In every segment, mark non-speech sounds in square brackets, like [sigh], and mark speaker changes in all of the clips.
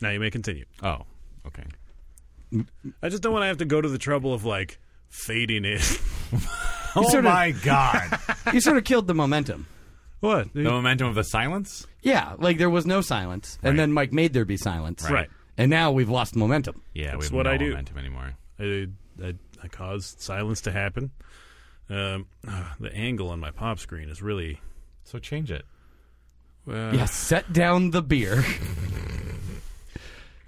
Speaker 1: Now you may continue.
Speaker 2: Oh, okay.
Speaker 1: I just don't want to have to go to the trouble of like fading it.
Speaker 3: You
Speaker 4: oh
Speaker 3: sort of-
Speaker 4: my god!
Speaker 3: you sort of killed the momentum.
Speaker 1: [laughs] what?
Speaker 2: [laughs] The momentum of the silence.
Speaker 3: Yeah, like there was no silence, and then Mike made there be silence.
Speaker 1: Right.
Speaker 3: And now we've lost momentum.
Speaker 2: Yeah, we
Speaker 1: That's
Speaker 2: have
Speaker 1: what
Speaker 2: no
Speaker 1: I do.
Speaker 2: momentum anymore.
Speaker 1: I, I, I caused silence to happen. Um, ah, the angle on my pop screen is really.
Speaker 2: So change it.
Speaker 1: Uh,
Speaker 3: Yes, set down the beer.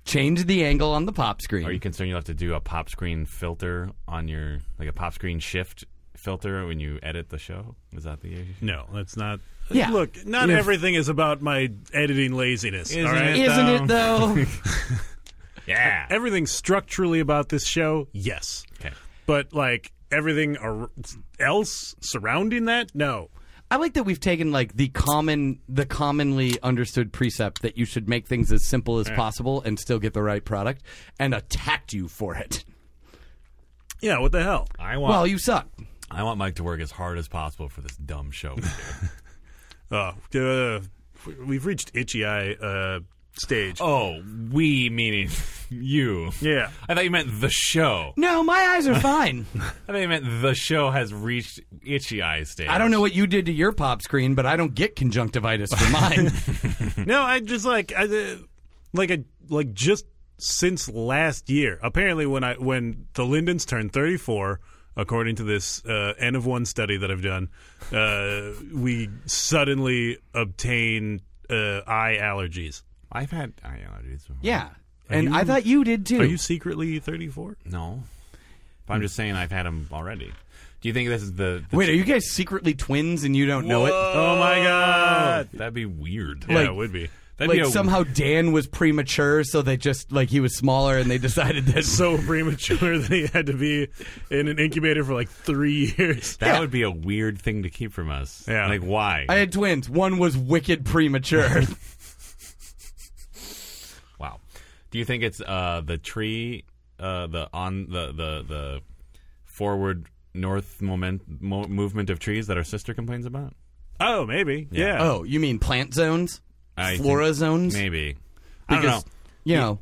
Speaker 3: Change the angle on the pop screen.
Speaker 2: Are you concerned you'll have to do a pop screen filter on your like a pop screen shift filter when you edit the show? Is that the [laughs] issue?
Speaker 1: No, that's not.
Speaker 3: Yeah.
Speaker 1: Look, not
Speaker 3: If-
Speaker 1: everything is about my editing laziness.
Speaker 2: Isn't
Speaker 1: all right?
Speaker 2: it?
Speaker 3: Isn't it [laughs] though?
Speaker 2: Yeah.
Speaker 1: Everything structurally about this show, yes.
Speaker 2: okay.
Speaker 1: But like everything ar- else surrounding that, no.
Speaker 3: I like that we've taken like the common, the commonly understood precept that you should make things as simple as possible and still get the right product, and attacked you for it.
Speaker 1: Yeah, what the hell?
Speaker 2: I want
Speaker 3: Well, you suck.
Speaker 2: I want Mike to work as hard as possible for this dumb show. we do.
Speaker 1: Oh, uh, we've reached itchy eye uh, stage.
Speaker 2: [laughs] oh, we meaning [laughs] you.
Speaker 1: Yeah.
Speaker 2: I thought you meant the show.
Speaker 3: No, my eyes [laughs] are fine.
Speaker 2: I thought you meant the show has reached itchy eye stage.
Speaker 3: I don't know what you did to your pop screen, but I don't get conjunctivitis for [laughs] mine.
Speaker 1: No, I just like I uh, like I like just since last year. Apparently, when I when the Lindens turned thirty four. According to this uh, N of one study that I've done, uh, we suddenly obtain uh, eye allergies.
Speaker 2: I've had eye allergies. Before.
Speaker 3: yeah, and I thought you did too.
Speaker 1: Are you secretly 34?
Speaker 2: No. But I'm just saying I've had them already. Do you think this is the, the
Speaker 3: Hmm. Wait, are you guys secretly twins and you don't know it?
Speaker 1: Oh my god!
Speaker 2: That'd be weird.
Speaker 1: Yeah, it would be.
Speaker 2: that'd
Speaker 3: Like
Speaker 2: be a-
Speaker 3: somehow Dan was premature, so they just like he was smaller, and they decided that.
Speaker 1: So premature [laughs] that he had to be in an incubator for like three years.
Speaker 2: That would be a weird thing to keep from us.
Speaker 1: Yeah.
Speaker 2: Like why?
Speaker 3: I had twins. One was wicked premature.
Speaker 2: wow. Do you think it's uh, the tree, uh, the on the the the forward north moment mo- movement of trees that our sister complains about?
Speaker 1: Oh, maybe. Yeah.
Speaker 3: [laughs] oh, you mean plant zones,
Speaker 2: I
Speaker 3: flora
Speaker 2: think
Speaker 3: zones?
Speaker 2: Maybe. I don't
Speaker 3: Because
Speaker 2: know.
Speaker 3: you know,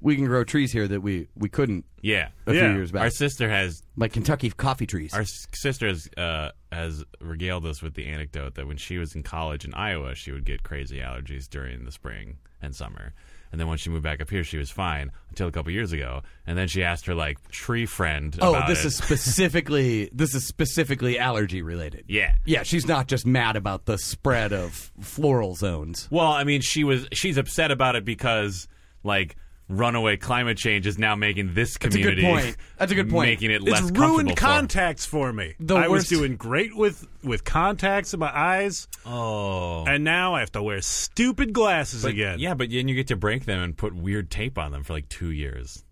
Speaker 3: we can grow trees here that we we couldn't
Speaker 2: Yeah.
Speaker 3: a
Speaker 1: Yeah.
Speaker 3: few years back,
Speaker 2: Our sister has
Speaker 3: like Kentucky coffee trees.
Speaker 2: our s- sister has, uh, has regaled us with the anecdote that when she was in college in Iowa, she would get crazy allergies during the spring and summer. And then when she moved back up here, she was fine until a couple years ago. And then she asked her like tree friend.
Speaker 3: oh,
Speaker 2: about
Speaker 3: this
Speaker 2: it.
Speaker 3: is specifically this is specifically allergy related.
Speaker 2: yeah.
Speaker 3: Yeah, she's not just mad about the spread of floral zones.
Speaker 2: Well, I mean, she was she's upset about it because like runaway climate change is now making this
Speaker 3: a good
Speaker 2: community.
Speaker 3: point. That's a good point.
Speaker 2: Making it
Speaker 1: It's
Speaker 2: less comfortable
Speaker 1: ruined
Speaker 2: for-
Speaker 1: contacts for me.
Speaker 3: The
Speaker 1: I was
Speaker 3: worst-
Speaker 1: doing great with with contacts in my eyes,
Speaker 2: Oh.
Speaker 1: and now I have to wear stupid glasses again.
Speaker 2: Yeah, but then you get to break them and put weird tape on them for like two years.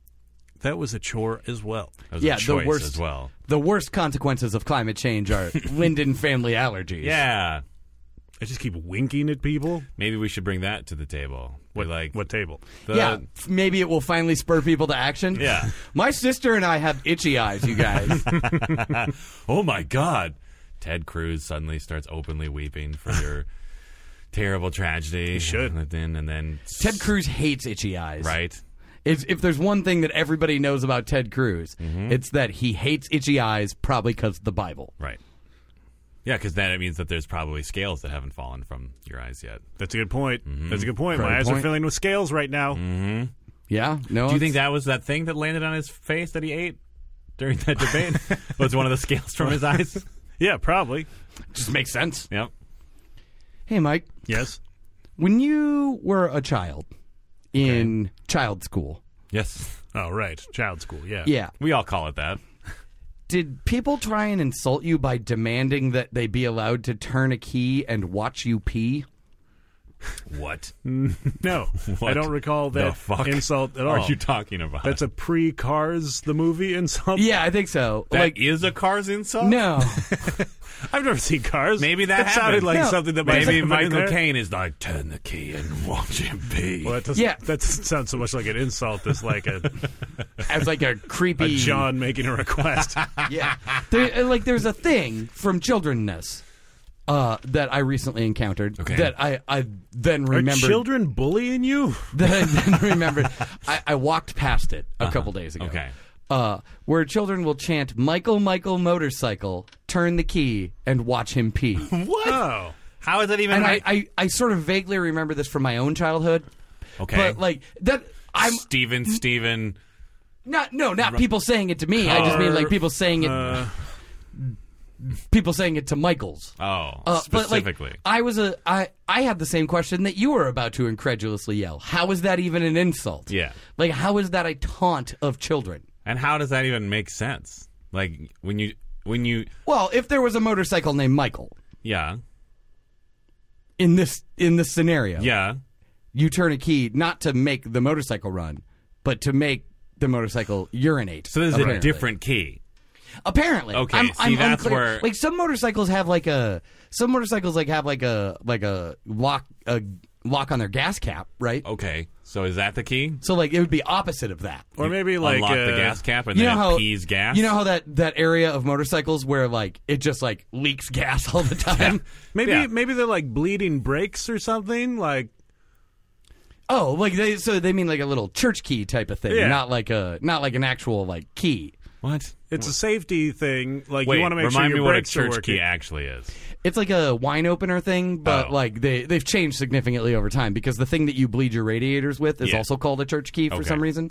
Speaker 1: that was a chore as well.
Speaker 2: That was a
Speaker 3: Yeah, the
Speaker 2: choice
Speaker 3: worst-
Speaker 2: as well.
Speaker 3: The worst consequences of climate change [laughs] are Linden family allergies.
Speaker 2: Yeah,
Speaker 1: I just keep winking at people.
Speaker 2: maybe we should bring that to the table. What like
Speaker 1: What table?
Speaker 2: the,
Speaker 3: yeah. f- Maybe it will finally spur people to action.
Speaker 2: Yeah.
Speaker 3: My sister and I have itchy eyes, you [laughs] guys.
Speaker 2: Oh my God, Ted Cruz suddenly starts openly
Speaker 1: [laughs]
Speaker 2: weeping for your terrible tragedy. He
Speaker 1: should.
Speaker 2: and then and then
Speaker 3: Ted Cruz hates itchy eyes.
Speaker 2: right.
Speaker 3: If, if there's one thing that everybody knows about Ted Cruz, it's that he hates itchy eyes, probably because of the Bible.
Speaker 2: Right. Yeah, because that means that there's probably scales that haven't fallen from your eyes yet.
Speaker 1: That's a good point.
Speaker 2: Mm-hmm.
Speaker 1: That's a good point.
Speaker 3: Great
Speaker 1: my eyes are
Speaker 3: point.
Speaker 1: filling with scales right now.
Speaker 2: Mm.
Speaker 3: Yeah. No.
Speaker 2: Do you
Speaker 3: it's-
Speaker 2: think that was that thing that landed on his face that he ate during
Speaker 1: [laughs]
Speaker 2: that debate? was one of the scales from his eyes?
Speaker 1: Yeah, probably.
Speaker 3: just makes sense?
Speaker 2: Yep.
Speaker 3: Hey, Mike,
Speaker 1: Yes.
Speaker 3: when you were a child in child school,
Speaker 2: Yes.
Speaker 1: Oh, right. Child school. Yeah.
Speaker 3: yeah,
Speaker 2: We all call it that.
Speaker 3: did people try and insult you by demanding that they be allowed to turn a key and watch you pee?
Speaker 2: What [laughs]
Speaker 1: No, I
Speaker 2: What
Speaker 1: don't recall
Speaker 2: the
Speaker 1: that
Speaker 2: fuck
Speaker 1: insult at all.
Speaker 2: are you talking about?
Speaker 1: [laughs] That's a pre Cars the movie insult.
Speaker 3: Yeah, I think so.
Speaker 2: That
Speaker 3: like,
Speaker 2: is a car's insult.
Speaker 3: no.
Speaker 1: I've never seen Cars.
Speaker 2: Maybe that
Speaker 1: sounded
Speaker 2: happened.
Speaker 1: like
Speaker 3: No.
Speaker 1: something that might
Speaker 2: Maybe
Speaker 1: have been in
Speaker 2: Michael
Speaker 1: there.
Speaker 2: Caine is like turn the key and watch him pee.
Speaker 1: Well, that doesn't,
Speaker 3: Yeah.
Speaker 1: that doesn't sound so much like an insult as like
Speaker 2: [laughs]
Speaker 1: a,
Speaker 3: [laughs] As like a
Speaker 1: a
Speaker 3: creepy.
Speaker 1: John
Speaker 2: [laughs]
Speaker 1: making a request.
Speaker 3: Yeah. There, uh, like, there's a thing from childrenness uh, that I recently encountered
Speaker 2: Okay.
Speaker 3: that I, I then
Speaker 1: Are
Speaker 3: remembered
Speaker 1: children bullying you?
Speaker 3: [laughs] that I then remembered. I, I walked past it a couple days ago.
Speaker 2: Okay.
Speaker 3: Uh, where children will chant "Michael, Michael, motorcycle, turn the key and watch him pee."
Speaker 1: What? Oh.
Speaker 2: How is that even?
Speaker 3: and I,
Speaker 2: right?
Speaker 3: I, I sort of vaguely remember this from my own childhood.
Speaker 2: okay.
Speaker 3: But like that, I'm
Speaker 2: Steven, Steven.
Speaker 3: not. No, not people saying it to me. I just mean like people saying it. people saying it to Michaels.
Speaker 2: Oh,
Speaker 3: Uh,
Speaker 2: specifically.
Speaker 3: But like, I was a I I had the same question that you were about to incredulously yell. How is that even an insult?
Speaker 2: Yeah.
Speaker 3: Like how is that a taunt of children?
Speaker 2: and how does that even make sense? Like when you when you
Speaker 3: Well, if there was a motorcycle named Michael
Speaker 2: yeah
Speaker 3: in this in this scenario,
Speaker 2: yeah
Speaker 3: you turn a key not to make the motorcycle run, but to make the motorcycle urinate.
Speaker 2: so there's
Speaker 3: apparently.
Speaker 2: a different key.
Speaker 3: Apparently,
Speaker 2: Okay,
Speaker 3: I'm,
Speaker 2: see,
Speaker 3: I'm
Speaker 2: that's
Speaker 3: unclear.
Speaker 2: where-
Speaker 3: like some motorcycles have like a some motorcycles like have like a like a lock a lock on their gas cap, right?
Speaker 2: Okay, so is that the key?
Speaker 3: So like it would be opposite of that.
Speaker 1: Or maybe like
Speaker 2: unlock the
Speaker 1: uh,
Speaker 2: gas cap and
Speaker 3: you know
Speaker 2: then
Speaker 3: how
Speaker 2: it pees gas.
Speaker 3: You know how that that area of motorcycles where like it just like leaks gas [laughs] all the time.
Speaker 1: Maybe
Speaker 2: Yeah.
Speaker 1: maybe they're like bleeding brakes or something. Like
Speaker 3: Oh, like they so they mean like a little church key type of thing,
Speaker 1: Yeah.
Speaker 3: not like a not like an actual like key.
Speaker 2: what?
Speaker 1: it's a safety thing. Like
Speaker 2: Wait,
Speaker 1: you want to make sure
Speaker 2: remind
Speaker 1: your
Speaker 2: me what a
Speaker 1: brakes are
Speaker 2: church
Speaker 1: working.
Speaker 2: key actually is.
Speaker 3: It's like a wine opener thing, but
Speaker 2: Oh.
Speaker 3: like they they've changed significantly over time because the thing that you bleed your radiators with is
Speaker 2: Yeah.
Speaker 3: also called a church key for
Speaker 2: Okay.
Speaker 3: some reason.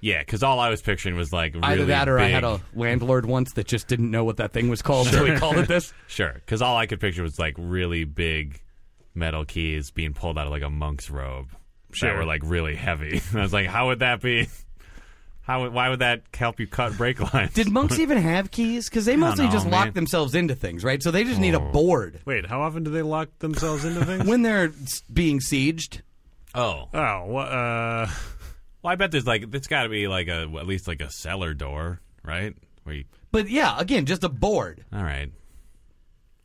Speaker 2: Yeah, because all I was picturing was like really
Speaker 3: Either that or I had
Speaker 2: big-
Speaker 3: a landlord once that just didn't know what that thing was called, so he called
Speaker 2: [laughs]
Speaker 3: it this.
Speaker 2: Sure, because all I could picture was like really big metal keys being pulled out of like a monk's robe that
Speaker 1: Sure.
Speaker 2: were like really heavy. [laughs] And I was like, how would that be? How? would- Why would that help you cut brake [laughs] lines?
Speaker 3: Did monks even have keys? Because they mostly
Speaker 2: know,
Speaker 3: just lock
Speaker 2: man. Oh.
Speaker 3: themselves into things, right? So they just need a board
Speaker 1: Wait, how often do they lock themselves into
Speaker 2: [laughs]
Speaker 1: things?
Speaker 3: when they're s- being sieged.
Speaker 2: oh,
Speaker 1: oh, wha- uh,
Speaker 2: well, I bet there's like it's got to be like a at least like a cellar door, right? Where you,
Speaker 3: But yeah, again, just a board.
Speaker 2: all right.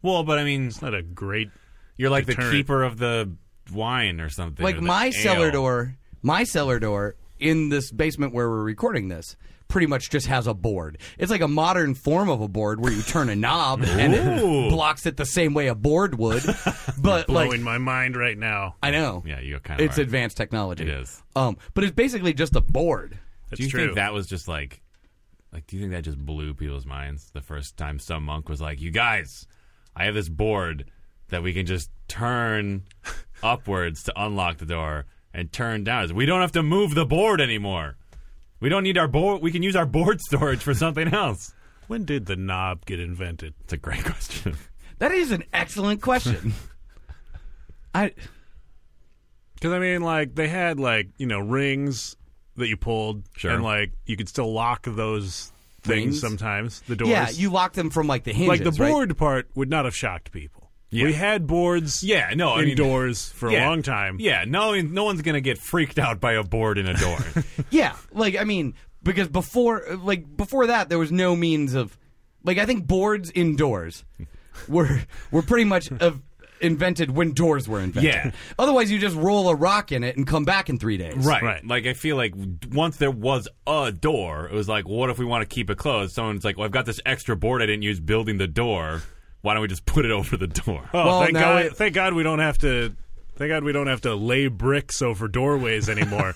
Speaker 2: Well, but I mean,
Speaker 1: it's not a great.
Speaker 2: you're like
Speaker 1: Deterrent.
Speaker 2: the keeper of the wine or something. or
Speaker 3: Like
Speaker 2: the
Speaker 3: my cellar
Speaker 2: ale.
Speaker 3: door, my cellar door in this basement where we're recording this pretty much just has a board. It's like a modern form of a board where you turn a knob and
Speaker 2: Ooh.
Speaker 3: it blocks it the same way a board would. But
Speaker 1: Blowing
Speaker 3: like
Speaker 1: my mind right now.
Speaker 3: I know.
Speaker 2: Yeah, you kind of.
Speaker 3: It's advanced technology.
Speaker 2: It is.
Speaker 3: Um, but it's basically just a board.
Speaker 1: That's
Speaker 2: do you
Speaker 1: true.
Speaker 2: think that was just like like do you think that just blew people's minds the first time some monk was like you guys i have this board that we can just
Speaker 1: [laughs]
Speaker 2: turn upwards to unlock the door and turn down we don't have to move the board anymore we don't need our board we can use our board [laughs] storage for something else
Speaker 1: when did the knob get invented?
Speaker 2: it's a great question
Speaker 3: That is an excellent question. I
Speaker 1: Because I mean, like they had like you know rings that you pulled,
Speaker 2: Sure.
Speaker 1: and like you could still lock those things
Speaker 3: Rings?
Speaker 1: sometimes. The doors,
Speaker 3: yeah, you lock them from like the hinges.
Speaker 1: like the
Speaker 3: right?
Speaker 1: board part would not have shocked people.
Speaker 2: Yeah.
Speaker 1: We had boards,
Speaker 2: yeah no i mean
Speaker 1: indoors for a
Speaker 2: yeah.
Speaker 1: long time.
Speaker 2: yeah no no one's gonna get freaked out by a board in
Speaker 1: [laughs]
Speaker 2: a door
Speaker 3: Yeah, like I mean, because before, like before that, there was no means of, like I think boards indoors were were pretty much of invented when doors were invented.
Speaker 2: Yeah.
Speaker 3: Otherwise, you just roll a rock in it and come back in three days.
Speaker 2: Right.
Speaker 1: Right.
Speaker 2: Like I feel like once there was a door, it was like, what if we want to keep it closed? Someone's like, well, I've got this extra board I didn't use building the door. Why don't we just put it over the door?
Speaker 1: Oh,
Speaker 3: Well,
Speaker 1: thank
Speaker 3: now
Speaker 1: God!
Speaker 3: it-
Speaker 1: thank God we don't have to. Thank God we don't have to lay bricks over doorways
Speaker 3: [laughs]
Speaker 1: anymore.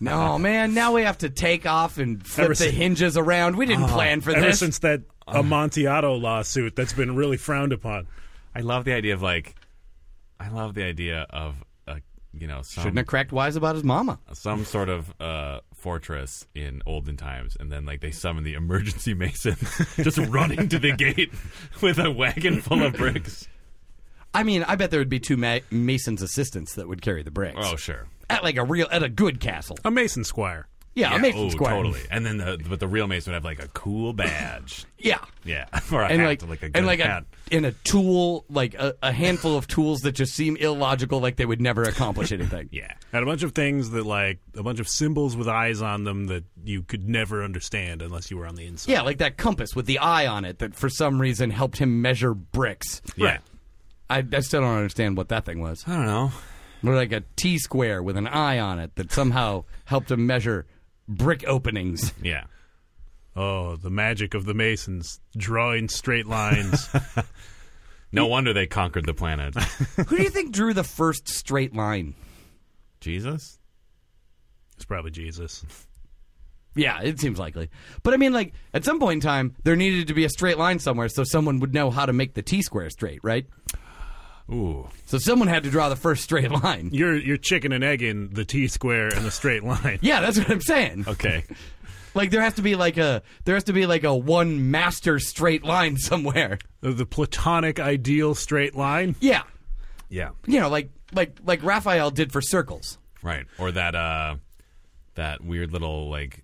Speaker 3: No, man. Now we have to take off and flip
Speaker 1: Ever
Speaker 3: the
Speaker 1: since-
Speaker 3: hinges around. We didn't plan for
Speaker 1: Ever
Speaker 3: this. Oh.
Speaker 1: since that Amontillado lawsuit, that's been really frowned upon.
Speaker 2: I love the idea of like, I love the idea of a you know some
Speaker 3: Shouldn't have cracked wise about his mama.
Speaker 2: some sort of uh, fortress in olden times, and then like they summon the emergency [laughs] mason just running to the gate [laughs] with a wagon full of bricks.
Speaker 3: I mean, I bet there would be two ma- Mason's assistants that would carry the bricks
Speaker 2: Oh sure.
Speaker 3: at like a real at a good castle.
Speaker 1: A mason squire.
Speaker 3: Yeah, a Mason's
Speaker 2: oh,
Speaker 3: squire.
Speaker 2: totally. And then the but the real mason would have like a cool badge.
Speaker 3: Yeah.
Speaker 2: Yeah, [laughs] or a
Speaker 3: and
Speaker 2: hat,
Speaker 3: like,
Speaker 2: like a good
Speaker 3: and like
Speaker 2: hat.
Speaker 3: a and a tool like a, a handful of tools that just seem illogical, like they would never [laughs] accomplish anything.
Speaker 2: yeah,
Speaker 1: Had a bunch of things that like a bunch of symbols with eyes on them that you could never understand unless you were on the inside.
Speaker 3: Yeah, like that compass with the eye on it that for some reason helped him measure bricks.
Speaker 2: yeah.
Speaker 3: I, I still don't understand what that thing was.
Speaker 2: I don't know.
Speaker 3: Or like a T square with an eye on it that somehow helped him measure brick openings.
Speaker 2: Yeah,
Speaker 3: [laughs]
Speaker 1: Oh, the magic of the masons drawing straight lines.
Speaker 2: No wonder they conquered the planet.
Speaker 3: [laughs] Who do you think drew the first straight line?
Speaker 2: Jesus?
Speaker 1: It's probably Jesus.
Speaker 3: Yeah, it seems likely. But I mean, like, at some point in time, there needed to be a straight line somewhere so someone would know how to make the T square straight, right?
Speaker 2: Ooh.
Speaker 3: So someone had to draw the first straight line.
Speaker 1: You're you're chicken and egg in the T square and the straight
Speaker 3: [laughs]
Speaker 1: line.
Speaker 3: Yeah, that's what I'm saying.
Speaker 2: Okay.
Speaker 3: Like there has to be like a there has to be like a one master straight line somewhere.
Speaker 1: The, the platonic ideal straight line.
Speaker 3: Yeah.
Speaker 2: yeah.
Speaker 3: You know, like like like Raphael did for circles.
Speaker 2: Right. Or that uh that weird little like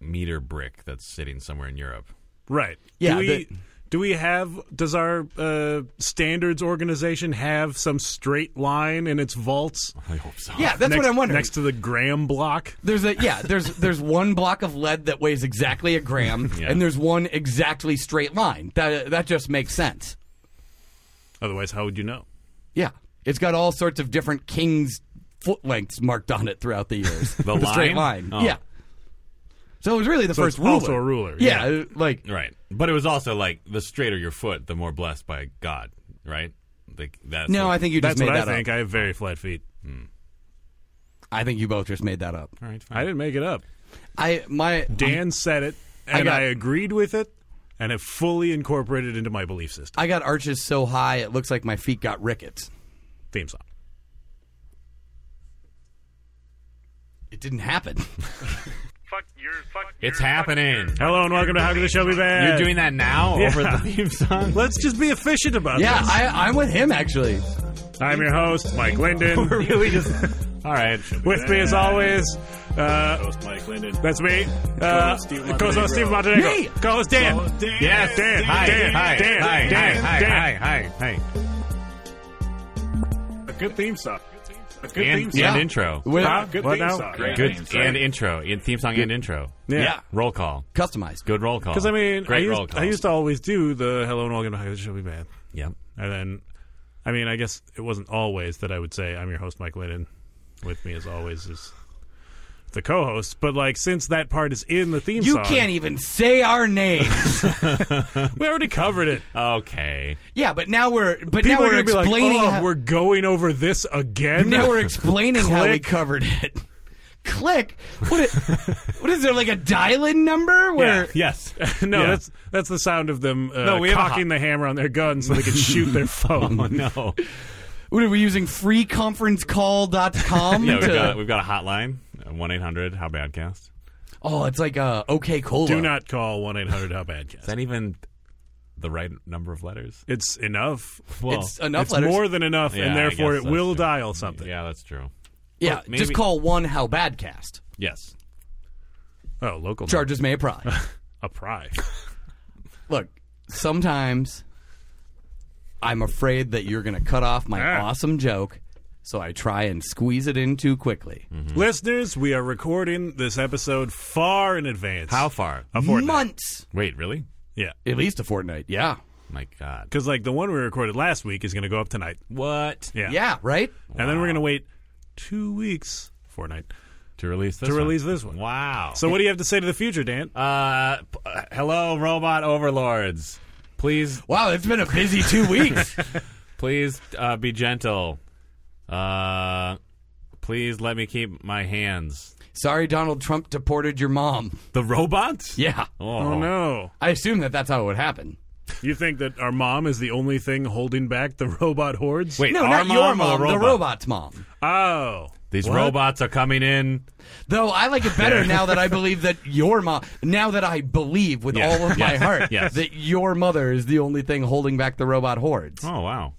Speaker 2: meter brick that's sitting somewhere in Europe.
Speaker 1: Right.
Speaker 3: Yeah,
Speaker 1: Do we,
Speaker 3: the-
Speaker 1: do we have? Does our uh, standards organization have some straight line in its vaults?
Speaker 2: I hope so.
Speaker 3: Yeah, that's
Speaker 1: next,
Speaker 3: what I'm wondering.
Speaker 1: Next to the gram block.
Speaker 3: There's a yeah, there's there's one block of lead that weighs exactly a gram
Speaker 2: Yeah.
Speaker 3: and there's one exactly straight line. That that just makes sense.
Speaker 1: Otherwise, how would you know?
Speaker 3: Yeah. It's got all sorts of different king's foot lengths marked on it throughout
Speaker 1: [laughs]
Speaker 3: the years. the, straight
Speaker 2: line?
Speaker 3: line.
Speaker 2: Oh.
Speaker 3: Yeah. So it was really the
Speaker 1: So
Speaker 3: first
Speaker 1: it's
Speaker 3: ruler.
Speaker 1: also a ruler,
Speaker 3: Yeah, like
Speaker 2: Right. But it was also like the straighter your foot, the more blessed by God, right? Like that's
Speaker 3: no,
Speaker 2: what-
Speaker 3: I think you just
Speaker 1: That's
Speaker 3: made
Speaker 1: what I
Speaker 3: that
Speaker 1: think.
Speaker 3: up.
Speaker 1: I have very flat feet.
Speaker 3: I think you both just made that up.
Speaker 2: All right, fine.
Speaker 1: I didn't make it up.
Speaker 3: I my
Speaker 1: Dan said it, and
Speaker 3: got-
Speaker 1: I, agreed with it, and have fully incorporated it into my belief system.
Speaker 3: I got arches so high it looks like my feet got rickets.
Speaker 1: Theme song.
Speaker 3: It
Speaker 1: [laughs]
Speaker 3: didn't happen. [laughs]
Speaker 4: Fuck your fuck.
Speaker 2: It's
Speaker 4: your- fuck
Speaker 2: happening.
Speaker 4: your-
Speaker 1: Hello and welcome to How Could the Show Be Bad?
Speaker 2: You're doing that now
Speaker 1: Yeah.
Speaker 2: over the
Speaker 1: [laughs]
Speaker 2: theme song?
Speaker 1: Let's just be efficient about
Speaker 3: yeah, I, I'm with him
Speaker 1: [laughs]
Speaker 3: actually.
Speaker 1: this. I'm your host, Mike Linden.
Speaker 2: [laughs] We're really just All right.
Speaker 1: With me as always, uh,
Speaker 4: Mike Linden.
Speaker 1: that's me. Uh,
Speaker 4: Co-host Steve
Speaker 1: Co-host Steve Montenegro.
Speaker 3: Me.
Speaker 1: Co-host Dan.
Speaker 2: Yes.
Speaker 1: Dan.
Speaker 2: Hi.
Speaker 1: Dan.
Speaker 2: Hi.
Speaker 1: Dan.
Speaker 2: Hi.
Speaker 1: Dan.
Speaker 2: Hi.
Speaker 1: Dan.
Speaker 2: Hi. Hi. Hi.
Speaker 4: A good theme song. A good
Speaker 2: And,
Speaker 4: theme
Speaker 2: and
Speaker 4: song.
Speaker 2: intro.
Speaker 3: With-
Speaker 1: Huh?
Speaker 4: Good
Speaker 1: What
Speaker 4: theme
Speaker 1: now?
Speaker 4: song.
Speaker 2: Good and intro. In theme song and intro.
Speaker 3: Yeah.
Speaker 2: Roll call.
Speaker 3: [laughs] Customized.
Speaker 2: Good roll call.
Speaker 1: Because I mean, I
Speaker 2: great roll
Speaker 1: used,
Speaker 2: call.
Speaker 1: I used to always do the "Hello and welcome to How This Show Be Bad,"
Speaker 2: Yep.
Speaker 1: and then, I mean, I guess it wasn't always that I would say "I'm your host, Mike Lennon." With me as always is the co-host, but like since that part is in the theme
Speaker 3: You
Speaker 1: song,
Speaker 3: can't e- even say
Speaker 1: [laughs]
Speaker 3: our name.
Speaker 1: We already covered it.
Speaker 2: Okay.
Speaker 3: yeah, but now we're but now
Speaker 1: People are
Speaker 3: we're
Speaker 1: gonna be like,
Speaker 3: explaining
Speaker 1: "Oh,
Speaker 3: how,
Speaker 1: we're going over this again."
Speaker 3: now we're explaining how we
Speaker 1: Click.
Speaker 3: covered it. Click. What? Is, what is there like a dial-in number where?
Speaker 2: Yes.
Speaker 1: [laughs]
Speaker 2: [laughs]
Speaker 1: No,
Speaker 2: Yeah.
Speaker 1: that's that's the sound of them uh,
Speaker 2: No, we have a
Speaker 1: cocking the hammer on their gun so they
Speaker 2: [laughs]
Speaker 1: can shoot their [laughs]
Speaker 2: Oh
Speaker 1: phone.
Speaker 2: no.
Speaker 3: What are we using?
Speaker 1: [laughs]
Speaker 3: Freeconferencecall.com.
Speaker 2: Yeah,
Speaker 3: to,
Speaker 2: we've got we've got a hotline. uh, One eight hundred how badcast.
Speaker 3: oh, it's like uh, OK Cola.
Speaker 1: Do not call one eight hundred How Badcast.
Speaker 2: Is that even the right number of letters?
Speaker 1: It's enough.
Speaker 2: Well,
Speaker 3: it's enough
Speaker 1: it's
Speaker 3: letters.
Speaker 1: more than enough,
Speaker 2: Yeah, I
Speaker 1: and therefore
Speaker 2: guess
Speaker 1: it
Speaker 2: that's
Speaker 1: will
Speaker 2: true.
Speaker 1: dial something.
Speaker 2: yeah, that's true.
Speaker 3: yeah,
Speaker 2: maybe-
Speaker 3: just call one how bad cast.
Speaker 2: Yes.
Speaker 1: Oh, local
Speaker 3: Charges
Speaker 1: [laughs]
Speaker 3: may apply.
Speaker 1: a pry.
Speaker 3: Look, sometimes I'm afraid that you're going to cut off my
Speaker 1: Ah.
Speaker 3: awesome joke, so I try and squeeze it in too quickly.
Speaker 1: Mm-hmm.
Speaker 2: Mm-hmm.
Speaker 1: Listeners, we are recording this episode far in advance.
Speaker 2: How far?
Speaker 1: A fortnight.
Speaker 3: Months,
Speaker 2: Wait, really?
Speaker 1: Yeah,
Speaker 3: at least a fortnight. Yeah,
Speaker 2: My God.
Speaker 1: because like the one we recorded last week is going to go up tonight.
Speaker 2: What?
Speaker 1: Yeah,
Speaker 3: yeah, right.
Speaker 1: and then we're going to wait two weeks, fortnight.
Speaker 2: To release this
Speaker 1: To
Speaker 2: one.
Speaker 1: release this one.
Speaker 2: Wow.
Speaker 1: So what do you have to say to the future, Dan?
Speaker 2: Uh, p- uh, hello, robot overlords. Please,
Speaker 3: Wow, it's been a busy
Speaker 1: [laughs]
Speaker 3: two weeks.
Speaker 2: please uh, be gentle. Uh, please let me keep my hands.
Speaker 3: Sorry, Donald Trump deported your mom.
Speaker 2: The robots?
Speaker 3: Yeah,
Speaker 1: Oh no!
Speaker 3: I assume that that's how it would happen.
Speaker 1: You think that our mom is the only thing holding back the [laughs] robot hordes?
Speaker 2: Wait,
Speaker 3: No,
Speaker 2: our
Speaker 3: not your
Speaker 2: or
Speaker 3: mom,
Speaker 2: robot?
Speaker 3: the robot's mom.
Speaker 1: Oh,
Speaker 2: These
Speaker 1: What?
Speaker 2: robots are coming in.
Speaker 3: Though I like it better
Speaker 2: [laughs]
Speaker 3: now that I believe that your mom, now that I believe with
Speaker 2: Yeah.
Speaker 3: all of
Speaker 2: [laughs]
Speaker 3: my
Speaker 2: Yes.
Speaker 3: heart
Speaker 2: Yes.
Speaker 3: that your mother is the only thing holding back the robot hordes.
Speaker 2: Oh wow!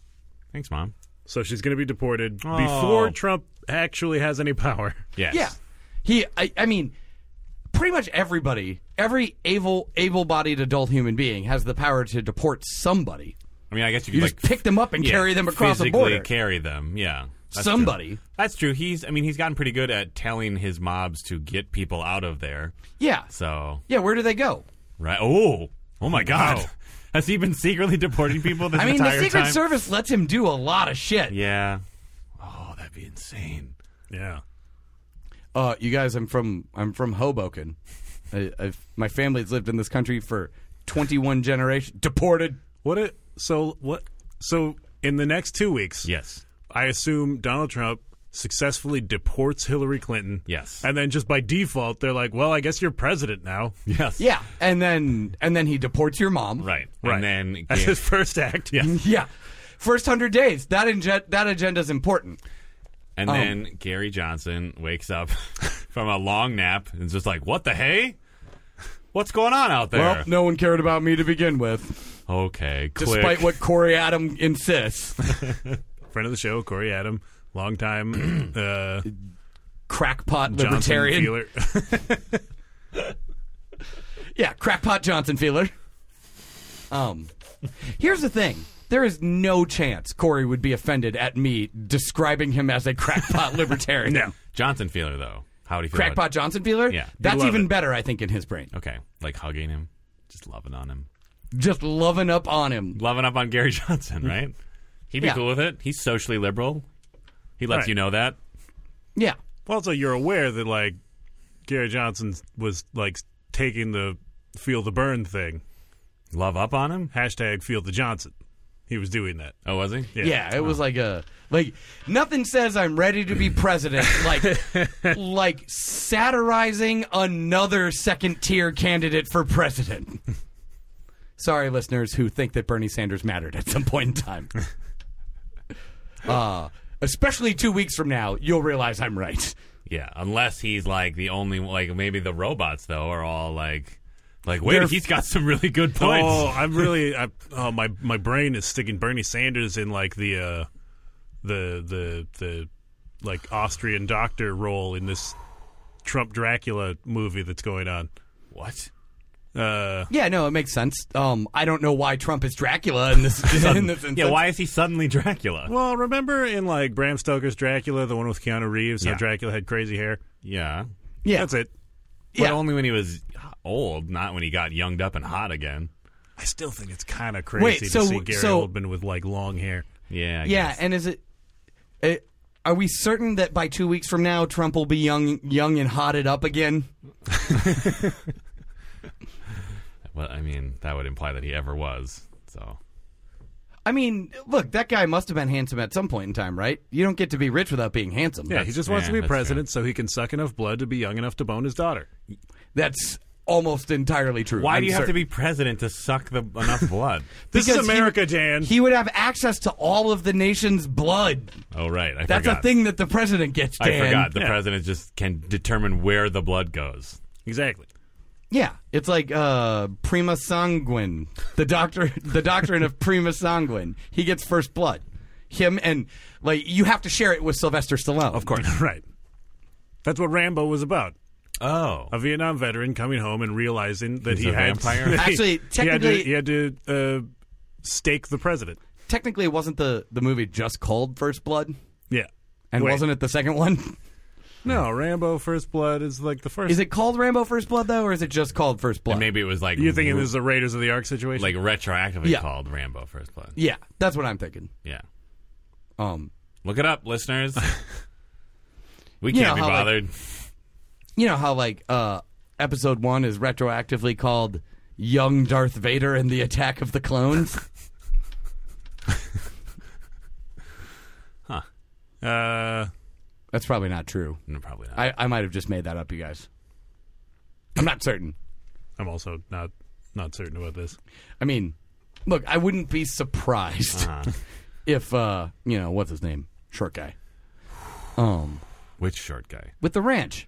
Speaker 2: Thanks, mom.
Speaker 1: So she's going to be deported
Speaker 2: Oh.
Speaker 1: before Trump actually has any power.
Speaker 2: Yes.
Speaker 3: Yeah. He I, I mean pretty much everybody, every able able-bodied adult human being has the power to deport somebody.
Speaker 2: I mean, I guess you,
Speaker 3: You
Speaker 2: could,
Speaker 3: just
Speaker 2: like
Speaker 3: pick them up and
Speaker 2: yeah,
Speaker 3: carry them across a
Speaker 2: physically
Speaker 3: border.
Speaker 2: Carry them. Yeah. That's true.
Speaker 3: somebody.
Speaker 2: That's true. He's. I mean, he's gotten pretty good at telling his mobs to get people out of there.
Speaker 3: Yeah.
Speaker 2: So
Speaker 3: Yeah, where do they go?
Speaker 2: Right. Oh. Oh my God. [laughs] Has he been secretly deporting people this
Speaker 3: I mean, [laughs] the
Speaker 2: entire
Speaker 3: Secret
Speaker 2: time?
Speaker 3: Service lets him do a lot of shit.
Speaker 2: Yeah. Oh, that'd be insane.
Speaker 1: Yeah.
Speaker 3: Uh, you guys, I'm from I'm from Hoboken. I, I've, my family's lived in this country for 21 generations. Deported.
Speaker 1: What? It, so what? So in the next two weeks,
Speaker 2: Yes.
Speaker 1: I assume Donald Trump successfully deports Hillary Clinton.
Speaker 2: Yes.
Speaker 1: And then just by default, they're like, well, I guess you're president now.
Speaker 2: Yes.
Speaker 3: Yeah, and then and then he deports your mom.
Speaker 2: Right.
Speaker 1: Right.
Speaker 2: And then
Speaker 1: That's
Speaker 2: Gan-
Speaker 1: his first act. Yeah.
Speaker 3: [laughs] Yeah, first hundred days. That inge- that agenda's important.
Speaker 2: And
Speaker 3: Um.
Speaker 2: then Gary Johnson wakes up [laughs] from a long nap and is just like, "What the hey? What's going on out there?"
Speaker 3: no one cared about me to begin with,
Speaker 2: Okay, click.
Speaker 3: what Corey Adam
Speaker 1: [laughs]
Speaker 3: insists. [laughs]
Speaker 1: Friend of the show, Corey Adam,
Speaker 2: [clears throat]
Speaker 1: longtime uh,
Speaker 3: crackpot
Speaker 1: Johnson
Speaker 3: libertarian.
Speaker 1: feeler.
Speaker 3: Yeah, crackpot Johnson feeler. Um, here's the thing: there is no chance Corey would be offended at me describing him as a
Speaker 2: [laughs]
Speaker 3: crackpot libertarian.
Speaker 1: no.
Speaker 2: Johnson feeler though. How do you feel? about-
Speaker 3: Crackpot Johnson feeler.
Speaker 2: Yeah.
Speaker 3: that's
Speaker 1: Love
Speaker 3: even
Speaker 1: it.
Speaker 3: better, I think, in his brain.
Speaker 2: okay, like hugging him, just loving on him,
Speaker 3: Just loving up on him.
Speaker 2: loving up on Gary [laughs] Johnson, right? He'd be
Speaker 3: Mm. Yeah.
Speaker 2: cool with it. He's socially liberal. He lets
Speaker 1: Right.
Speaker 2: you know that.
Speaker 3: Yeah,
Speaker 1: [laughs] Well, also, you're aware that, like, Gary Johnson was, like, taking the feel the burn thing.
Speaker 2: Love up on him.
Speaker 1: Hashtag feel the Johnson. He was doing that.
Speaker 2: Oh, was he?
Speaker 3: yeah. it was like a like nothing says I'm ready to be president
Speaker 2: [laughs]
Speaker 3: like like satirizing another second tier candidate for president. Sorry, listeners who think that Bernie Sanders mattered at some point
Speaker 2: [laughs]
Speaker 3: in time. Uh, especially two weeks from now, you'll realize I'm right.
Speaker 2: Yeah, unless he's like the only like maybe the robots though are all like like wait
Speaker 3: They're-
Speaker 2: he's got some really good points.
Speaker 1: Oh, I'm really. I, oh, my my brain is sticking Bernie Sanders in like the uh, the the the like Austrian doctor role in this Trump Dracula movie that's going on.
Speaker 2: What?
Speaker 1: Uh,
Speaker 3: Yeah, no, it makes sense. Um, I don't know why Trump is Dracula
Speaker 2: [laughs]
Speaker 3: in this [laughs] in this instance.
Speaker 2: Yeah, why is he suddenly Dracula?
Speaker 1: well, remember in like Bram Stoker's Dracula, the one with Keanu Reeves,
Speaker 2: Yeah.
Speaker 1: how Dracula had crazy hair.
Speaker 2: Yeah.
Speaker 3: Yeah,
Speaker 1: That's it.
Speaker 2: But
Speaker 3: Yeah.
Speaker 2: only when he was old, not when he got younged up and hot again.
Speaker 1: I still think it's kind of crazy
Speaker 3: Wait, so-
Speaker 1: to see Gary
Speaker 3: so-
Speaker 1: Oldman with like long hair.
Speaker 2: Yeah. I
Speaker 3: Yeah,
Speaker 2: guess.
Speaker 3: and is it, it? Are we certain that by two weeks from now, Trump will be young, young and hotted up again?
Speaker 2: Well, I mean, that would imply that he ever was. So.
Speaker 3: I mean, look, that guy must have been handsome at some point in time, right? You don't get to be rich without being handsome.
Speaker 1: Yeah, he just wants
Speaker 2: yeah,
Speaker 1: to be
Speaker 2: that's true.
Speaker 1: president so he can suck enough blood to be young enough to bone his daughter.
Speaker 3: that's almost entirely true.
Speaker 2: Why
Speaker 3: I'm
Speaker 2: do you have to
Speaker 3: certain.
Speaker 2: be president to suck the
Speaker 3: [laughs]
Speaker 2: enough blood?
Speaker 1: This
Speaker 3: Because
Speaker 1: is
Speaker 3: he-
Speaker 1: America, Dan.
Speaker 3: He would have access to all of the nation's blood.
Speaker 2: oh right, I
Speaker 3: That's
Speaker 2: forgot.
Speaker 3: a thing that the president gets.
Speaker 2: I
Speaker 3: Dan.
Speaker 2: forgot. The
Speaker 1: Yeah.
Speaker 2: president just can determine where the blood goes.
Speaker 1: exactly.
Speaker 3: Yeah, it's like uh, prima sanguine. The doctor, [laughs] the doctrine of prima sanguine. He gets first blood. Him and like you have to share it with Sylvester Stallone. Of course.
Speaker 1: [laughs] Right. That's what Rambo was about.
Speaker 2: Oh.
Speaker 1: A Vietnam veteran coming home and realizing that
Speaker 2: He's
Speaker 1: he
Speaker 2: a
Speaker 1: had
Speaker 2: vampire?
Speaker 1: that [laughs] he-
Speaker 3: Actually, technically-
Speaker 1: he had to, he had to uh, stake the president.
Speaker 3: Technically, wasn't the the movie just called First Blood?
Speaker 1: Yeah,
Speaker 3: And
Speaker 1: Wait.
Speaker 3: wasn't it the second one? [laughs]
Speaker 1: No, Rambo First Blood is like the first.
Speaker 3: Is it called Rambo First Blood though, or is it just called First Blood?
Speaker 2: Maybe it was like
Speaker 1: You're thinking
Speaker 2: re-
Speaker 1: this is a Raiders of the Ark situation?
Speaker 2: like retroactively
Speaker 3: Yeah.
Speaker 2: called Rambo First Blood.
Speaker 3: Yeah, that's what I'm thinking.
Speaker 2: Yeah.
Speaker 3: Um,
Speaker 2: Look it up,
Speaker 3: [laughs]
Speaker 2: listeners. we
Speaker 3: You
Speaker 2: can't
Speaker 3: know
Speaker 2: be
Speaker 3: how, like-
Speaker 2: bothered.
Speaker 3: you know how like uh, episode one is retroactively called Young Darth Vader and the Attack of the Clones.
Speaker 1: uh,
Speaker 3: that's probably not true.
Speaker 2: no, probably not.
Speaker 3: I, I might have just made that up, you guys. I'm not certain.
Speaker 1: I'm also not not certain about this.
Speaker 3: I mean, look, I wouldn't be surprised
Speaker 2: Uh-huh.
Speaker 3: [laughs] if uh, you know, what's his name? Short guy. Um
Speaker 2: Which short guy?
Speaker 3: with the ranch.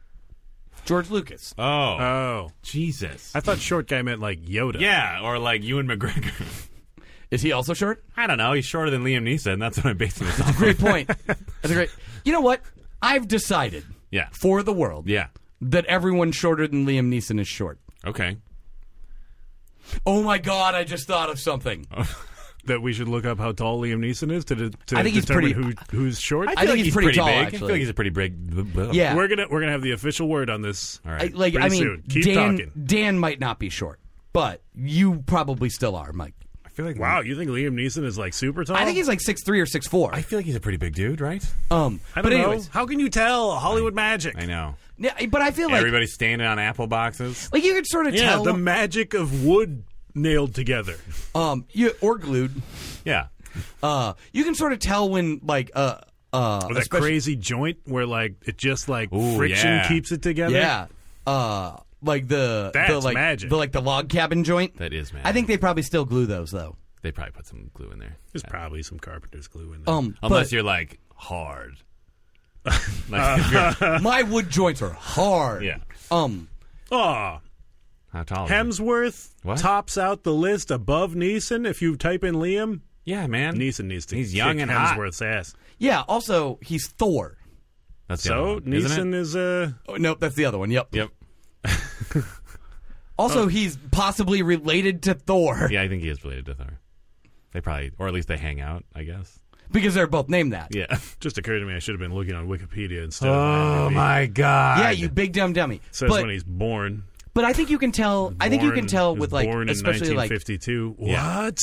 Speaker 3: George Lucas.
Speaker 2: Oh,
Speaker 3: Uh,
Speaker 1: Oh,
Speaker 2: Jesus.
Speaker 1: I thought short guy meant like Yoda.
Speaker 2: yeah, or like Ewan McGregor. [laughs]
Speaker 3: Is he also short?
Speaker 2: I don't know. He's shorter than Liam Neeson. and That's what I'm basing this off. [laughs] of.
Speaker 3: Great point. That's a great You know what? I've decided
Speaker 2: Yeah.
Speaker 3: for the world
Speaker 2: Yeah.
Speaker 3: that everyone shorter than Liam Neeson is short.
Speaker 2: Okay.
Speaker 3: Oh my god, I just thought of something.
Speaker 1: that we should look up how tall Liam Neeson is to, de- to
Speaker 3: I think he's
Speaker 1: determine
Speaker 3: pretty-
Speaker 1: who who's short.
Speaker 3: I think he's pretty tall,
Speaker 2: big. I feel
Speaker 3: actually.
Speaker 2: like he's a pretty big. blah, blah.
Speaker 3: Yeah.
Speaker 1: we're gonna we're gonna have the official word on this.
Speaker 2: All
Speaker 3: I,
Speaker 2: right.
Speaker 3: like I
Speaker 1: Pretty
Speaker 3: mean,
Speaker 1: soon. Keep
Speaker 3: Dan
Speaker 1: talking.
Speaker 3: Dan might not be short, but you probably still are, Mike.
Speaker 2: I feel like
Speaker 1: Wow, you think Liam Neeson is like super tall?
Speaker 3: I think he's like six three or six four.
Speaker 2: I feel like he's a pretty big dude, right?
Speaker 3: Um,
Speaker 1: I don't
Speaker 3: but
Speaker 1: know.
Speaker 3: anyways,
Speaker 1: How can you tell Hollywood magic?
Speaker 2: I know.
Speaker 3: yeah, but I feel like
Speaker 2: Everybody's standing on apple boxes.
Speaker 3: like you could sort of
Speaker 1: Yeah,
Speaker 3: tell
Speaker 1: the magic of wood nailed together.
Speaker 3: um you or glued.
Speaker 2: Yeah.
Speaker 3: Uh, you can sort of tell when like uh uh
Speaker 1: Or Oh, that
Speaker 3: especially-
Speaker 1: crazy joint where like it just like
Speaker 2: Ooh,
Speaker 1: friction
Speaker 2: yeah.
Speaker 1: keeps it together.
Speaker 3: yeah uh like the the
Speaker 1: That's
Speaker 3: like
Speaker 1: magic.
Speaker 3: the like the log cabin joint.
Speaker 2: That is magic.
Speaker 3: I think they probably still glue those though.
Speaker 2: they probably put some glue in there.
Speaker 1: There's probably some carpenter's glue in there.
Speaker 3: Um,
Speaker 2: Unless
Speaker 3: but
Speaker 2: you're like
Speaker 3: [laughs]
Speaker 2: hard. like, [laughs] if
Speaker 3: Uh,
Speaker 2: you're-
Speaker 3: my wood joints are hard.
Speaker 2: yeah.
Speaker 3: Um.
Speaker 1: Aw,
Speaker 2: How tall? is it?
Speaker 1: Hemsworth
Speaker 2: What?
Speaker 1: tops out the list above Neeson. If you type in Liam,
Speaker 2: Yeah, man.
Speaker 1: Neeson needs to.
Speaker 2: He's young
Speaker 1: kick
Speaker 2: and hot.
Speaker 1: Hemsworth's ass.
Speaker 3: Yeah. Also, he's Thor.
Speaker 2: That's the other
Speaker 1: So
Speaker 2: one, isn't
Speaker 1: Neeson
Speaker 2: it?
Speaker 1: is uh
Speaker 3: Oh, nope, that's the other one. Yep.
Speaker 2: Yep.
Speaker 3: Also,
Speaker 1: Oh.
Speaker 3: he's possibly related to Thor
Speaker 2: Yeah, I think he is related to Thor. They probably, or at least they hang out. I guess.
Speaker 3: [laughs] because they're both named that.
Speaker 2: Yeah.
Speaker 1: just occurred to me. I should have been looking on Wikipedia instead.
Speaker 2: Oh
Speaker 1: of IMDb.
Speaker 2: my god.
Speaker 3: Yeah, you big dumb dummy.
Speaker 1: Says
Speaker 3: but
Speaker 1: when he's born.
Speaker 3: but I think you can tell. I think you
Speaker 1: Born-
Speaker 3: can tell
Speaker 1: he was
Speaker 3: with like
Speaker 1: born
Speaker 3: especially
Speaker 1: in
Speaker 3: like
Speaker 1: 1952.
Speaker 2: Yeah.
Speaker 1: What?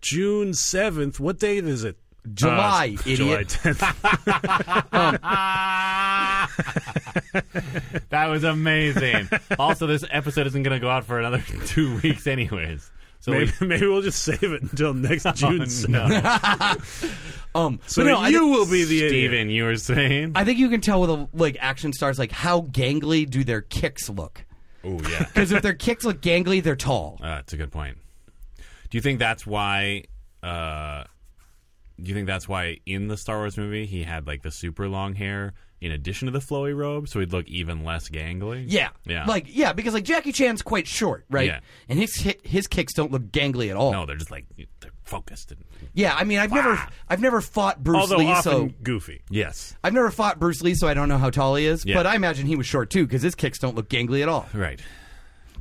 Speaker 1: June 7th. What date is it?
Speaker 3: July,
Speaker 1: Uh,
Speaker 3: idiot.
Speaker 1: July
Speaker 3: [laughs]
Speaker 1: 10th.
Speaker 2: That was amazing. also, this episode isn't going to go out for another [laughs] two weeks, anyways. So
Speaker 1: maybe, [laughs] Oh,
Speaker 2: we-
Speaker 1: maybe we'll just save it until
Speaker 3: [laughs]
Speaker 1: next June
Speaker 2: [laughs]
Speaker 1: 7th.
Speaker 3: um.
Speaker 1: So
Speaker 3: but Oh, no, I
Speaker 1: you
Speaker 3: think,
Speaker 1: will be the idiot.
Speaker 2: Steven, you were saying.
Speaker 3: I think you can tell with a, like action stars like how gangly do their kicks look?
Speaker 2: Oh yeah, [laughs]
Speaker 3: Because if their [laughs] kicks look gangly, they're tall.
Speaker 2: uh, it's a good point. Do you think that's why? Uh, do you think that's why in the Star Wars movie he had like the super long hair in addition to the flowy robe, so he'd look even less gangly?
Speaker 3: Yeah.
Speaker 2: yeah.
Speaker 3: Like yeah, because like Jackie Chan's quite short, right?
Speaker 2: Yeah.
Speaker 3: And his hi- his kicks don't look gangly at all.
Speaker 1: Oh.
Speaker 2: no, they're just like they're focused. And,
Speaker 3: Yeah, I mean, I've never I've never fought Bruce
Speaker 1: Although
Speaker 3: Lee,
Speaker 1: often
Speaker 3: so
Speaker 1: goofy.
Speaker 2: yes,
Speaker 3: I've never fought Bruce Lee, so I don't know how tall he is.
Speaker 2: Yeah.
Speaker 3: But I imagine he was short too, because his kicks don't look gangly
Speaker 2: [laughs]
Speaker 3: at all.
Speaker 2: right.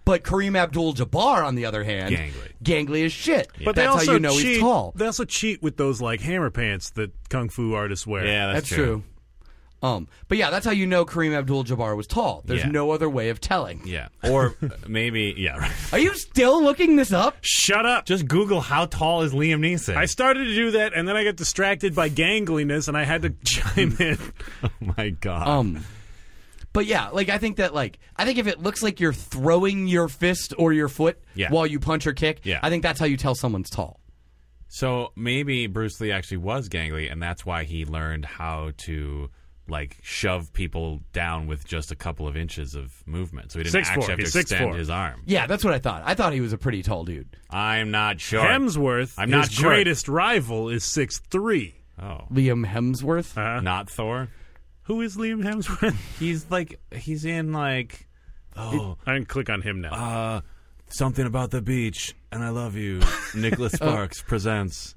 Speaker 3: But Kareem Abdul-Jabbar, on the other hand,
Speaker 2: Gangly.
Speaker 3: gangly as shit.
Speaker 1: But they
Speaker 3: that's
Speaker 1: also
Speaker 3: how you know
Speaker 1: cheat.
Speaker 3: he's tall.
Speaker 1: They also cheat with those like hammer pants that kung fu artists wear.
Speaker 2: Yeah, that's,
Speaker 3: That's true. Um, but yeah, that's how you know Kareem Abdul-Jabbar was tall. There's
Speaker 2: Yeah.
Speaker 3: no other way of telling.
Speaker 2: Yeah, or [laughs] maybe yeah. Right.
Speaker 3: Are you still looking this up?
Speaker 1: Shut up.
Speaker 2: Just Google how tall is Liam Neeson.
Speaker 1: I started to do that, and then I got distracted by gangliness, and I had to chime
Speaker 3: [laughs]
Speaker 1: in.
Speaker 2: oh my god.
Speaker 3: Um, but yeah, like I think that like I think if it looks like you're throwing your fist or your foot
Speaker 2: Yeah.
Speaker 3: while you punch or kick,
Speaker 2: Yeah.
Speaker 3: I think that's how you tell someone's tall.
Speaker 2: So maybe Bruce Lee actually was gangly, and that's why he learned how to like shove people down with just a couple of inches of movement. So he didn't
Speaker 1: 6'4".
Speaker 2: actually have to
Speaker 1: He's
Speaker 2: extend
Speaker 1: 6'4".
Speaker 2: his arm.
Speaker 3: Yeah, that's what I thought. I thought he was a pretty tall dude.
Speaker 2: I'm not sure.
Speaker 1: Hemsworth,
Speaker 2: I'm not
Speaker 1: his
Speaker 2: sure.
Speaker 1: greatest rival, is six three.
Speaker 2: oh, Uh,
Speaker 3: Liam Hemsworth.
Speaker 2: not Thor.
Speaker 1: Who is Liam Hemsworth? [laughs]
Speaker 2: He's like he's in like oh
Speaker 1: I didn't click on him now.
Speaker 2: uh something about the beach, and I love
Speaker 3: [laughs]
Speaker 2: you. Nicholas Sparks presents. I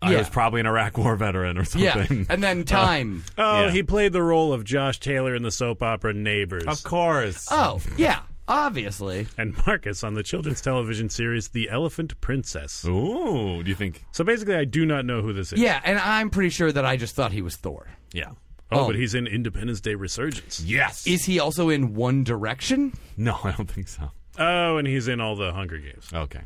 Speaker 3: Uh, Yeah.
Speaker 2: was probably an Iraq War veteran or [laughs]
Speaker 3: yeah,
Speaker 2: something.
Speaker 3: [laughs] and then time.
Speaker 1: oh,
Speaker 2: yeah.
Speaker 1: he played the role of Josh Taylor in the soap opera Neighbors,
Speaker 2: of course.
Speaker 3: oh, yeah, obviously.
Speaker 1: and Marcus on the children's television series The Elephant Princess.
Speaker 2: Ooh, do you think?
Speaker 1: So basically, I do not know who this is.
Speaker 3: Yeah, and I'm pretty sure that I just thought he was Thor.
Speaker 2: Yeah.
Speaker 1: Oh,
Speaker 3: Oh.
Speaker 1: but he's in Independence Day Resurgence.
Speaker 2: Yes.
Speaker 3: Is he also in One Direction?
Speaker 2: No, I don't think so.
Speaker 1: Oh, and he's in all the Hunger Games.
Speaker 2: Okay.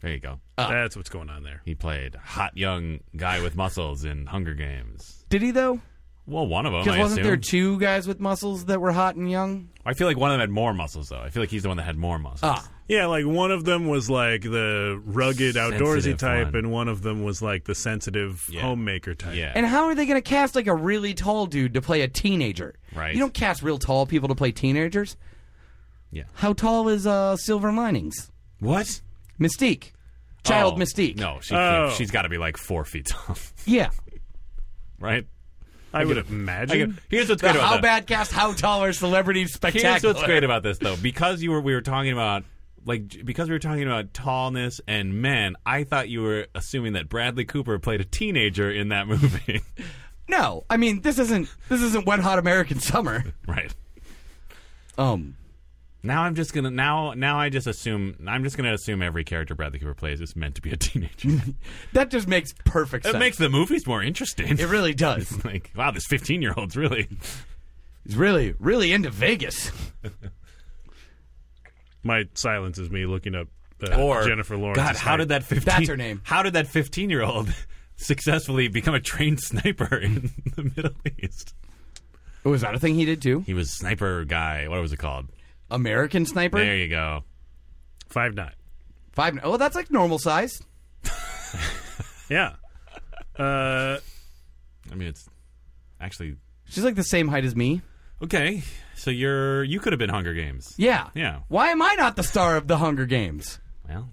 Speaker 2: There you go.
Speaker 1: That's what's going on there.
Speaker 2: He played hot young guy with muscles in Hunger Games.
Speaker 3: Did he though?
Speaker 2: Well, one of them.
Speaker 3: Because
Speaker 2: I
Speaker 3: wasn't there
Speaker 2: assume.
Speaker 3: two guys with muscles that were hot and young?
Speaker 2: I feel like one of them had more muscles, though. I feel like he's the one that had more muscles.
Speaker 3: Ah,
Speaker 1: Yeah, like one of them was like the rugged outdoorsy
Speaker 2: Sensitive
Speaker 1: type,
Speaker 2: one.
Speaker 1: and one of them was like the sensitive
Speaker 2: Yeah.
Speaker 1: homemaker type.
Speaker 2: Yeah.
Speaker 3: And how are they going to cast like a really tall dude to play a teenager?
Speaker 2: Right.
Speaker 3: You don't cast real tall people to play teenagers.
Speaker 2: Yeah.
Speaker 3: How tall is uh, Silver Linings?
Speaker 2: what?
Speaker 3: Mystique. Child
Speaker 2: Oh,
Speaker 3: Mystique.
Speaker 2: No, she can't,
Speaker 1: Oh.
Speaker 2: she's got to be like four feet [laughs] tall,
Speaker 3: Yeah.
Speaker 2: right?
Speaker 1: I would
Speaker 2: I
Speaker 1: imagine.
Speaker 2: get- here's what's
Speaker 3: The
Speaker 2: great about
Speaker 3: how
Speaker 2: that.
Speaker 3: bad cast how tall are celebrities spectacular.
Speaker 2: Here's what's great about this, though, because you were we were talking about like j- because we were talking about tallness and men. I thought you were assuming that Bradley Cooper played a teenager in that [laughs] movie,
Speaker 3: No, I mean this isn't this isn't Wet Hot American Summer.
Speaker 2: [laughs] right?
Speaker 3: Um,
Speaker 2: Now I'm just gonna now now I just assume I'm just gonna assume every character Bradley Cooper plays is meant to be a
Speaker 3: [laughs]
Speaker 2: teenager.
Speaker 3: that just makes perfect sense.
Speaker 2: it makes the movies more interesting.
Speaker 3: [laughs] it really
Speaker 2: [laughs]
Speaker 3: does.
Speaker 2: like wow, this 15 year old's
Speaker 3: [laughs]
Speaker 2: really
Speaker 3: He's really really into Vegas.
Speaker 1: My silence is me looking up uh, Jennifer Lawrence.
Speaker 2: God, how did that 15?
Speaker 3: That's her name.
Speaker 2: How did that 15 year old [laughs] successfully become a trained sniper in [laughs] the Middle East?
Speaker 3: Was Oh, that a thing he did too?
Speaker 2: He was sniper guy. What was it called?
Speaker 3: American Sniper.
Speaker 2: There you go.
Speaker 1: five nine?
Speaker 3: Five. Oh, that's like normal size.
Speaker 1: Yeah, Uh,
Speaker 2: I mean, it's actually
Speaker 3: She's like the same height as me.
Speaker 2: okay. So you're you could have been Hunger Games.
Speaker 3: Yeah.
Speaker 2: Yeah.
Speaker 3: Why am I not the star of the Hunger Games?
Speaker 2: Well,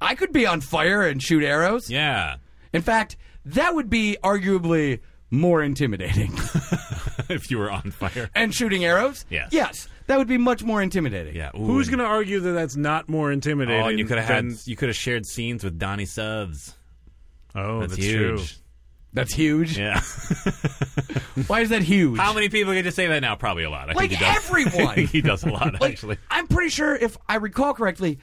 Speaker 3: I could be on fire and shoot arrows.
Speaker 2: yeah. [laughs]
Speaker 3: In fact, that would be arguably more intimidating.
Speaker 2: [laughs] if you were on fire.
Speaker 3: and shooting arrows?
Speaker 2: Yes.
Speaker 3: Yes. That would be much more intimidating.
Speaker 2: Yeah. Ooh,
Speaker 1: who's
Speaker 2: and-
Speaker 1: going to argue that that's not more intimidating?
Speaker 2: Oh, and you could have had
Speaker 1: than-
Speaker 2: you could have shared scenes with Donnie Subs.
Speaker 1: Oh,
Speaker 2: That's,
Speaker 1: that's,
Speaker 2: huge.
Speaker 1: true.
Speaker 3: That's huge.
Speaker 2: Yeah. [laughs]
Speaker 3: Why is that huge?
Speaker 2: How many people can just say that now? Probably a lot. I
Speaker 3: Like
Speaker 2: think he does.
Speaker 3: everyone.
Speaker 2: I think [laughs] he does a lot
Speaker 3: Like,
Speaker 2: actually.
Speaker 3: I'm pretty sure if I recall correctly,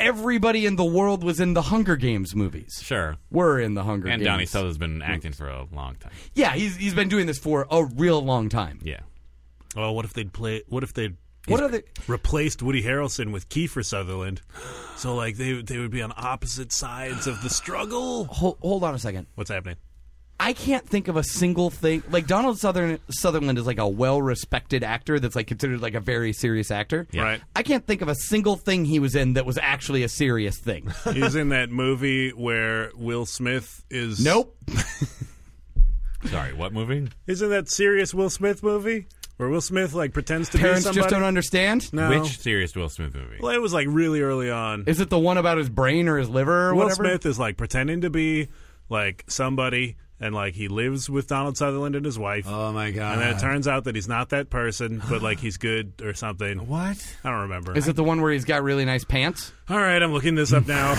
Speaker 3: everybody in the world was in the Hunger Games movies.
Speaker 2: Sure.
Speaker 3: Were in the Hunger
Speaker 2: And
Speaker 3: Games.
Speaker 2: Donnie Subs has been acting for a long time.
Speaker 3: Yeah, he's he's been doing this for a real long time.
Speaker 2: Yeah.
Speaker 1: Oh, what if they'd play? What if they'd
Speaker 3: What are the
Speaker 1: replaced Woody Harrelson with Kiefer Sutherland? So like they they would be on opposite sides of the struggle.
Speaker 3: hold, hold on a second.
Speaker 1: What's happening?
Speaker 3: I can't think of a single thing. Like Donald Southern Sutherland is like a well-respected actor that's like considered like a very serious actor.
Speaker 2: Yeah.
Speaker 1: Right.
Speaker 3: I can't think of a single thing he was in that was actually a
Speaker 1: [laughs]
Speaker 3: serious thing.
Speaker 1: He's in that movie where Will Smith is.
Speaker 3: nope.
Speaker 2: Sorry. What movie?
Speaker 1: Isn't that serious Will Smith movie where Will Smith like pretends to
Speaker 3: Parents
Speaker 1: be somebody?
Speaker 3: just don't understand.
Speaker 1: no.
Speaker 2: Which serious Will Smith movie?
Speaker 1: Well, it was like really early on.
Speaker 3: Is it the one about his brain or his liver or
Speaker 1: Will
Speaker 3: whatever?
Speaker 1: Smith is like pretending to be like somebody, and like he lives with Donald Sutherland and his wife.
Speaker 2: my god.
Speaker 1: and then it turns out that he's not that person, but [sighs] like he's good or something.
Speaker 2: what?
Speaker 1: I don't remember.
Speaker 3: Is it the one where he's got really nice pants?
Speaker 1: All right, I'm looking this up [laughs] now.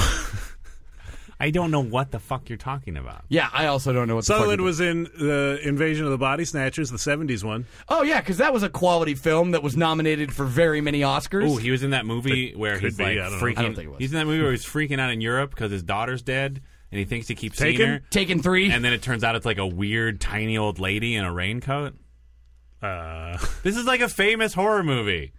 Speaker 2: I don't know what the fuck you're talking about.
Speaker 3: Yeah, I also don't know what.
Speaker 1: Sutherland
Speaker 3: the fuck
Speaker 1: was in the Invasion of the Body Snatchers, the '70s one.
Speaker 3: it- Oh yeah, because that was a quality film that was nominated for very many Oscars.
Speaker 2: Oh, he was in that movie where
Speaker 1: could
Speaker 2: he's
Speaker 1: be,
Speaker 2: like
Speaker 1: I don't know.
Speaker 2: freaking.
Speaker 3: I don't think it was.
Speaker 2: He's in that movie where he's freaking out in Europe because his daughter's dead, and he thinks he keeps seeing
Speaker 1: Taken?
Speaker 2: her.
Speaker 3: Taken three.
Speaker 2: And then it turns out it's like a weird, tiny old lady in a raincoat.
Speaker 1: Uh,
Speaker 2: This is like a famous horror movie.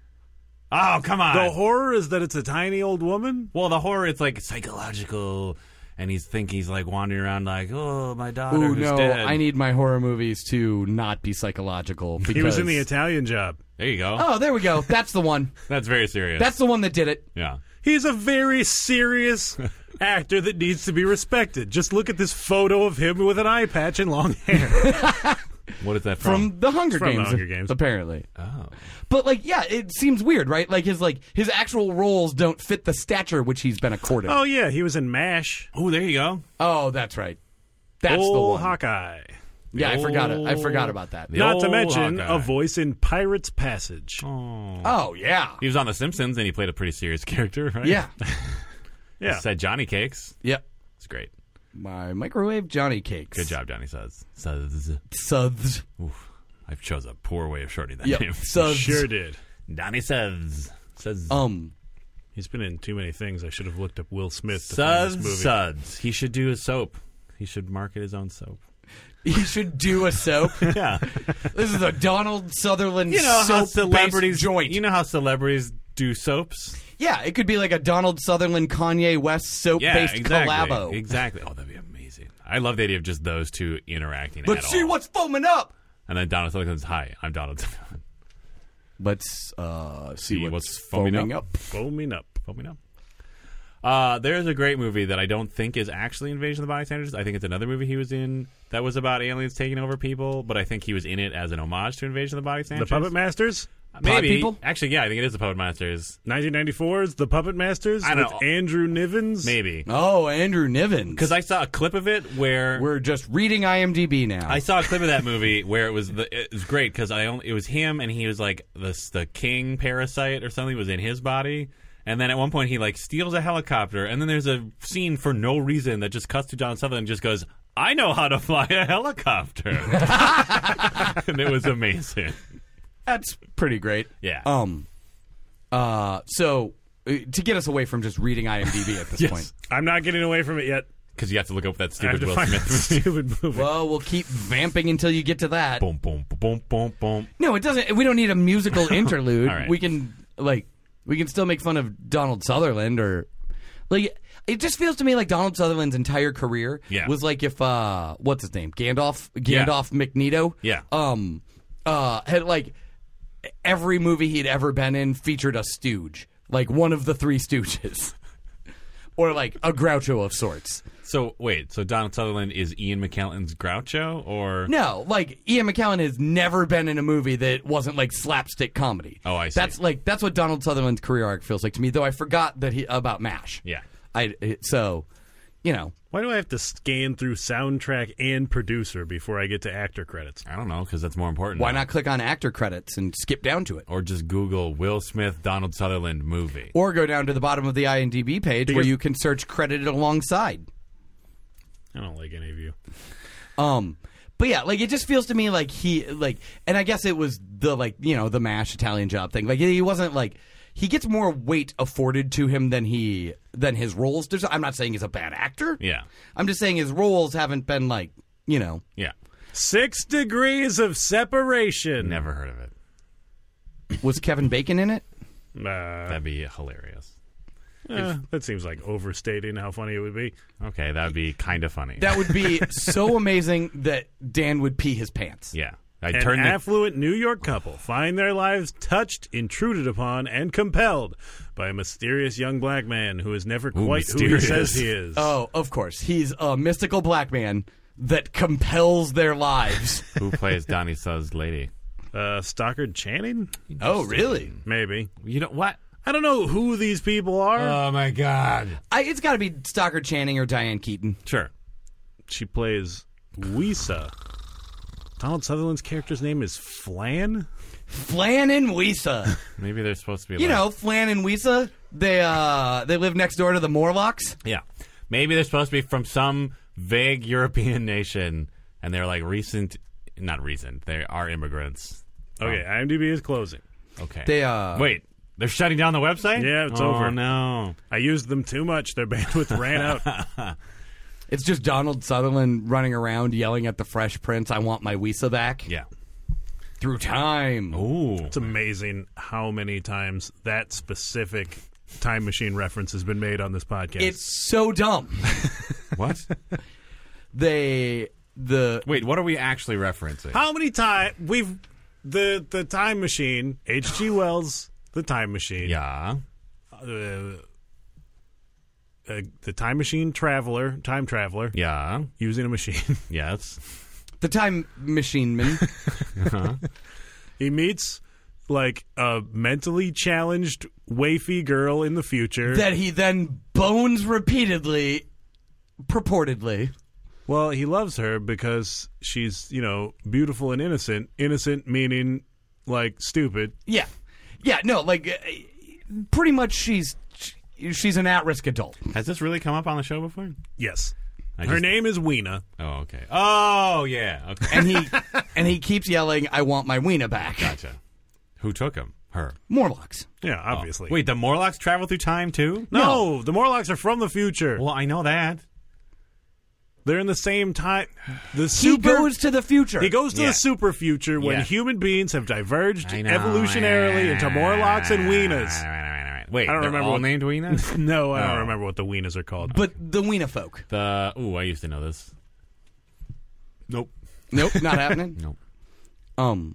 Speaker 2: Oh, come on.
Speaker 1: the horror is that it's a tiny old woman.
Speaker 2: well, the horror, it's like psychological, and he's think he's like wandering around like, oh, my daughter
Speaker 3: Ooh,
Speaker 2: who's
Speaker 3: no,
Speaker 2: dead.
Speaker 3: I need my horror movies to not be psychological. Because...
Speaker 1: He was in the Italian Job.
Speaker 2: there you go.
Speaker 3: Oh, there we go. That's the one.
Speaker 2: That's very serious.
Speaker 3: That's the one that did it.
Speaker 2: yeah.
Speaker 1: He's a very [laughs] serious actor that needs to be respected. Just look at this photo of him with an eye patch and long [laughs] hair.
Speaker 2: What is that from?
Speaker 3: From the Hunger
Speaker 1: From the
Speaker 3: Games,
Speaker 1: Hunger Games.
Speaker 3: apparently.
Speaker 2: oh.
Speaker 3: But like, yeah, it seems weird, right? Like his like his actual roles don't fit the stature which he's been accorded.
Speaker 1: oh yeah, he was in Mash.
Speaker 2: Oh, there you go.
Speaker 3: Oh, that's right. That's the
Speaker 1: Old
Speaker 3: one.
Speaker 1: Hawkeye.
Speaker 3: yeah, I forgot it. I
Speaker 2: old-
Speaker 3: forgot about that.
Speaker 2: The
Speaker 1: Not to
Speaker 2: old
Speaker 1: mention
Speaker 2: Hawkeye.
Speaker 1: a voice in Pirates Passage.
Speaker 3: Oh yeah.
Speaker 2: He was on The Simpsons, and he played a pretty serious [laughs] character, right?
Speaker 3: Yeah.
Speaker 1: yeah,
Speaker 2: Said Johnny Cakes.
Speaker 3: yep.
Speaker 2: It's great.
Speaker 3: My microwave Johnny cakes.
Speaker 2: Good job, Johnny Suds. Suds.
Speaker 3: Suds.
Speaker 2: Oof. I've chose a poor way of shortening that
Speaker 3: Yep.
Speaker 2: name. [laughs]
Speaker 3: Suds.
Speaker 1: sure did.
Speaker 2: Donnie Suds. Suds.
Speaker 3: Um. [laughs]
Speaker 1: He's been in too many things. I should have looked up Will Smith. To find this
Speaker 2: Suds.
Speaker 1: movie.
Speaker 2: Suds. He should do a soap. He should market his own soap.
Speaker 3: You should do a soap.
Speaker 2: [laughs] Yeah.
Speaker 3: this is a Donald Sutherland
Speaker 2: you know how
Speaker 3: soap
Speaker 2: celebrities
Speaker 3: joint.
Speaker 2: You know how celebrities do soaps?
Speaker 3: yeah, it could be like a Donald Sutherland Kanye West soap
Speaker 2: Yeah,
Speaker 3: based
Speaker 2: exactly.
Speaker 3: collabo.
Speaker 2: Exactly. Oh, that'd be amazing. I love the idea of just those two interacting.
Speaker 3: Let's
Speaker 2: at
Speaker 3: see
Speaker 2: all.
Speaker 3: what's foaming up.
Speaker 2: And then Donald Sutherland's, "Hi, I'm Donald Sutherland."
Speaker 3: Let's uh, see,
Speaker 2: See
Speaker 3: what's,
Speaker 2: what's
Speaker 3: foaming,
Speaker 2: foaming
Speaker 3: up.
Speaker 2: up.
Speaker 1: Foaming up.
Speaker 2: Help me know. Uh, there's a great movie that I don't think is actually Invasion of the Body Snatchers. I think it's another movie he was in that was about aliens taking over people, but I think he was in it as an homage to Invasion of the Body
Speaker 1: The
Speaker 2: Snatchers.
Speaker 1: Puppet Masters.
Speaker 2: Maybe.
Speaker 3: Pod People?
Speaker 2: Actually, yeah, I think it is the Puppet Masters.
Speaker 1: 1994's The Puppet Masters
Speaker 2: I don't
Speaker 1: with
Speaker 2: know.
Speaker 1: Andrew Nivens.
Speaker 2: Maybe.
Speaker 3: Oh, Andrew Niven.
Speaker 2: Because I saw a clip of it where
Speaker 3: we're just reading IMDb now.
Speaker 2: I saw a clip of that movie where it was the, it was great because I only, it was him and he was like this the king parasite or something was in his body. And then at one point he like steals a helicopter, and then there's a scene for no reason that just cuts to John Sutherland and just goes, "I know how to fly a helicopter," [laughs] and it was amazing.
Speaker 3: That's pretty great.
Speaker 2: Yeah.
Speaker 3: Um. Uh. So uh, to get us away from just reading IMDb at
Speaker 2: [laughs]
Speaker 3: this
Speaker 2: Yes.
Speaker 3: point,
Speaker 1: I'm not getting away from it yet.
Speaker 2: Because you have to look up that
Speaker 1: I have
Speaker 2: stupid
Speaker 1: to
Speaker 2: Will
Speaker 1: find [laughs] that
Speaker 2: Smith.
Speaker 1: stupid movie.
Speaker 3: well, we'll keep vamping until you get to
Speaker 2: [laughs]
Speaker 3: that.
Speaker 2: boom, boom, boom, boom, boom.
Speaker 3: No, it doesn't. We don't need
Speaker 2: [laughs]
Speaker 3: a musical interlude.
Speaker 2: All right.
Speaker 3: We can like we can still make fun of Donald Sutherland or like it just feels to me like Donald Sutherland's entire career
Speaker 2: Yeah.
Speaker 3: was like if uh what's his name Gandalf Gandalf Magneto
Speaker 2: Yeah.
Speaker 3: um uh had like every movie he'd ever been in featured a stooge like one of the three stooges. [laughs] or like a Groucho of sorts.
Speaker 2: So wait, so Donald Sutherland is Ian McKellen's Groucho, or
Speaker 3: No, like Ian McKellen has never been in a movie that wasn't like slapstick comedy.
Speaker 2: Oh, I see.
Speaker 3: That's like that's what Donald Sutherland's career arc feels like to me. Though I forgot that he about Mash.
Speaker 2: Yeah.
Speaker 3: I it- so, you know,
Speaker 1: Why do I have to scan through soundtrack and producer before I get to actor credits?
Speaker 2: I don't know, because that's more important.
Speaker 3: why
Speaker 2: now.
Speaker 3: not click on actor credits and skip down to it,
Speaker 2: Or just Google Will Smith Donald Sutherland movie.
Speaker 3: or go down to the bottom of the IMDb page where you can search credited alongside.
Speaker 1: I don't like any of you.
Speaker 3: Um, but yeah, like it just feels to me like he like, and I guess it was the like you know the mash Italian job thing. Like he wasn't like he gets more weight afforded to him than he than his roles. There's, I'm not saying he's a bad actor.
Speaker 2: Yeah.
Speaker 3: I'm just saying his roles haven't been like you know.
Speaker 2: Yeah.
Speaker 1: Six degrees of separation.
Speaker 2: Never heard of it.
Speaker 3: Was Kevin Bacon in it?
Speaker 1: Nah,
Speaker 2: That'd be hilarious.
Speaker 1: eh, that seems like overstating how funny it would be.
Speaker 2: Okay, that'd be kind of funny.
Speaker 3: That would be so amazing that Dan would pee his
Speaker 2: [laughs]
Speaker 3: pants.
Speaker 2: yeah. I
Speaker 1: An
Speaker 2: turned the
Speaker 1: affluent New York couple find their lives touched, intruded upon, and compelled by a mysterious young black man who is never quite
Speaker 2: mysterious.
Speaker 1: who he says he is.
Speaker 3: Oh, of course, he's a mystical black man that compels their lives.
Speaker 2: [laughs] who plays Donnie Sutherland's lady.
Speaker 1: Uh, Stockard Channing?
Speaker 3: oh, really?
Speaker 1: Maybe.
Speaker 2: You know what?
Speaker 1: I don't know who these people are.
Speaker 2: Oh my god.
Speaker 3: I, it's got to be Stockard Channing or Diane Keaton.
Speaker 2: Sure.
Speaker 1: she plays Wisa. Donald Sutherland's character's name is Flan?
Speaker 3: Flan and Weesa.
Speaker 2: Maybe they're supposed to be
Speaker 3: You
Speaker 2: like
Speaker 3: know, Flan and Weesa, they uh they live next door to the Morlocks.
Speaker 2: Yeah. Maybe they're supposed to be from some vague European [laughs] nation and they're like recent not recent. They are immigrants.
Speaker 1: Okay, IMDb is closing.
Speaker 2: Okay.
Speaker 3: They uh
Speaker 2: Wait, they're shutting down the website?
Speaker 1: Yeah, it's
Speaker 2: oh,
Speaker 1: over.
Speaker 2: no.
Speaker 1: I used them too much. Their bandwidth ran
Speaker 2: [laughs]
Speaker 1: out.
Speaker 3: it's just Donald Sutherland running around yelling at the Fresh Prince, I want my Weesa back.
Speaker 2: Yeah.
Speaker 3: Through time.
Speaker 2: Ooh.
Speaker 1: It's amazing how many times that specific time machine reference has been made on this podcast.
Speaker 3: It's so dumb.
Speaker 2: What?
Speaker 3: they the
Speaker 2: Wait, what are we actually referencing?
Speaker 1: How many times we've the the time machine, H.G. Wells, the time machine,
Speaker 2: Yeah.
Speaker 1: uh, uh, the time machine traveler, time traveler,
Speaker 2: Yeah.
Speaker 1: using a machine. [laughs]
Speaker 2: Yes.
Speaker 3: the time machine [laughs] man.
Speaker 1: he meets like a mentally challenged waify girl in the future.
Speaker 3: that he then bones repeatedly purportedly.
Speaker 1: well, he loves her because she's you know beautiful and innocent. Innocent meaning like stupid.
Speaker 3: Yeah. Yeah, no, like uh, pretty much she's she's an at-risk adult.
Speaker 2: Has this really come up on the show before?
Speaker 1: Yes.
Speaker 2: I
Speaker 1: her
Speaker 2: just-
Speaker 1: name is Weena.
Speaker 2: Oh, okay. Oh, yeah. Okay.
Speaker 3: and [laughs] he and he keeps yelling, "I want my wiener back."
Speaker 2: gotcha. Who took him? Her.
Speaker 3: Morlocks.
Speaker 1: Yeah,
Speaker 2: Oh,
Speaker 1: obviously.
Speaker 2: Wait, the Morlocks travel through time too?
Speaker 1: No, the Morlocks are from the future.
Speaker 2: Well, I know that.
Speaker 1: They're in the same time. The
Speaker 3: He
Speaker 1: super.
Speaker 3: goes to the future.
Speaker 1: he goes to
Speaker 2: Yeah.
Speaker 1: the super future when
Speaker 2: Yeah.
Speaker 1: human beings have diverged
Speaker 2: I know.
Speaker 1: evolutionarily into Morlocks and
Speaker 2: All
Speaker 1: Weenas.
Speaker 2: right, all right, all right. Wait,
Speaker 1: I don't
Speaker 2: they're
Speaker 1: remember
Speaker 2: all
Speaker 1: what- [laughs]
Speaker 2: named Weenas?
Speaker 1: No, I don't
Speaker 2: Oh.
Speaker 1: remember what the Weenas are called.
Speaker 3: but the wiener folk.
Speaker 2: the ooh, I used to know this. Nope.
Speaker 3: Nope, not happening.
Speaker 2: [laughs] Nope.
Speaker 3: Um,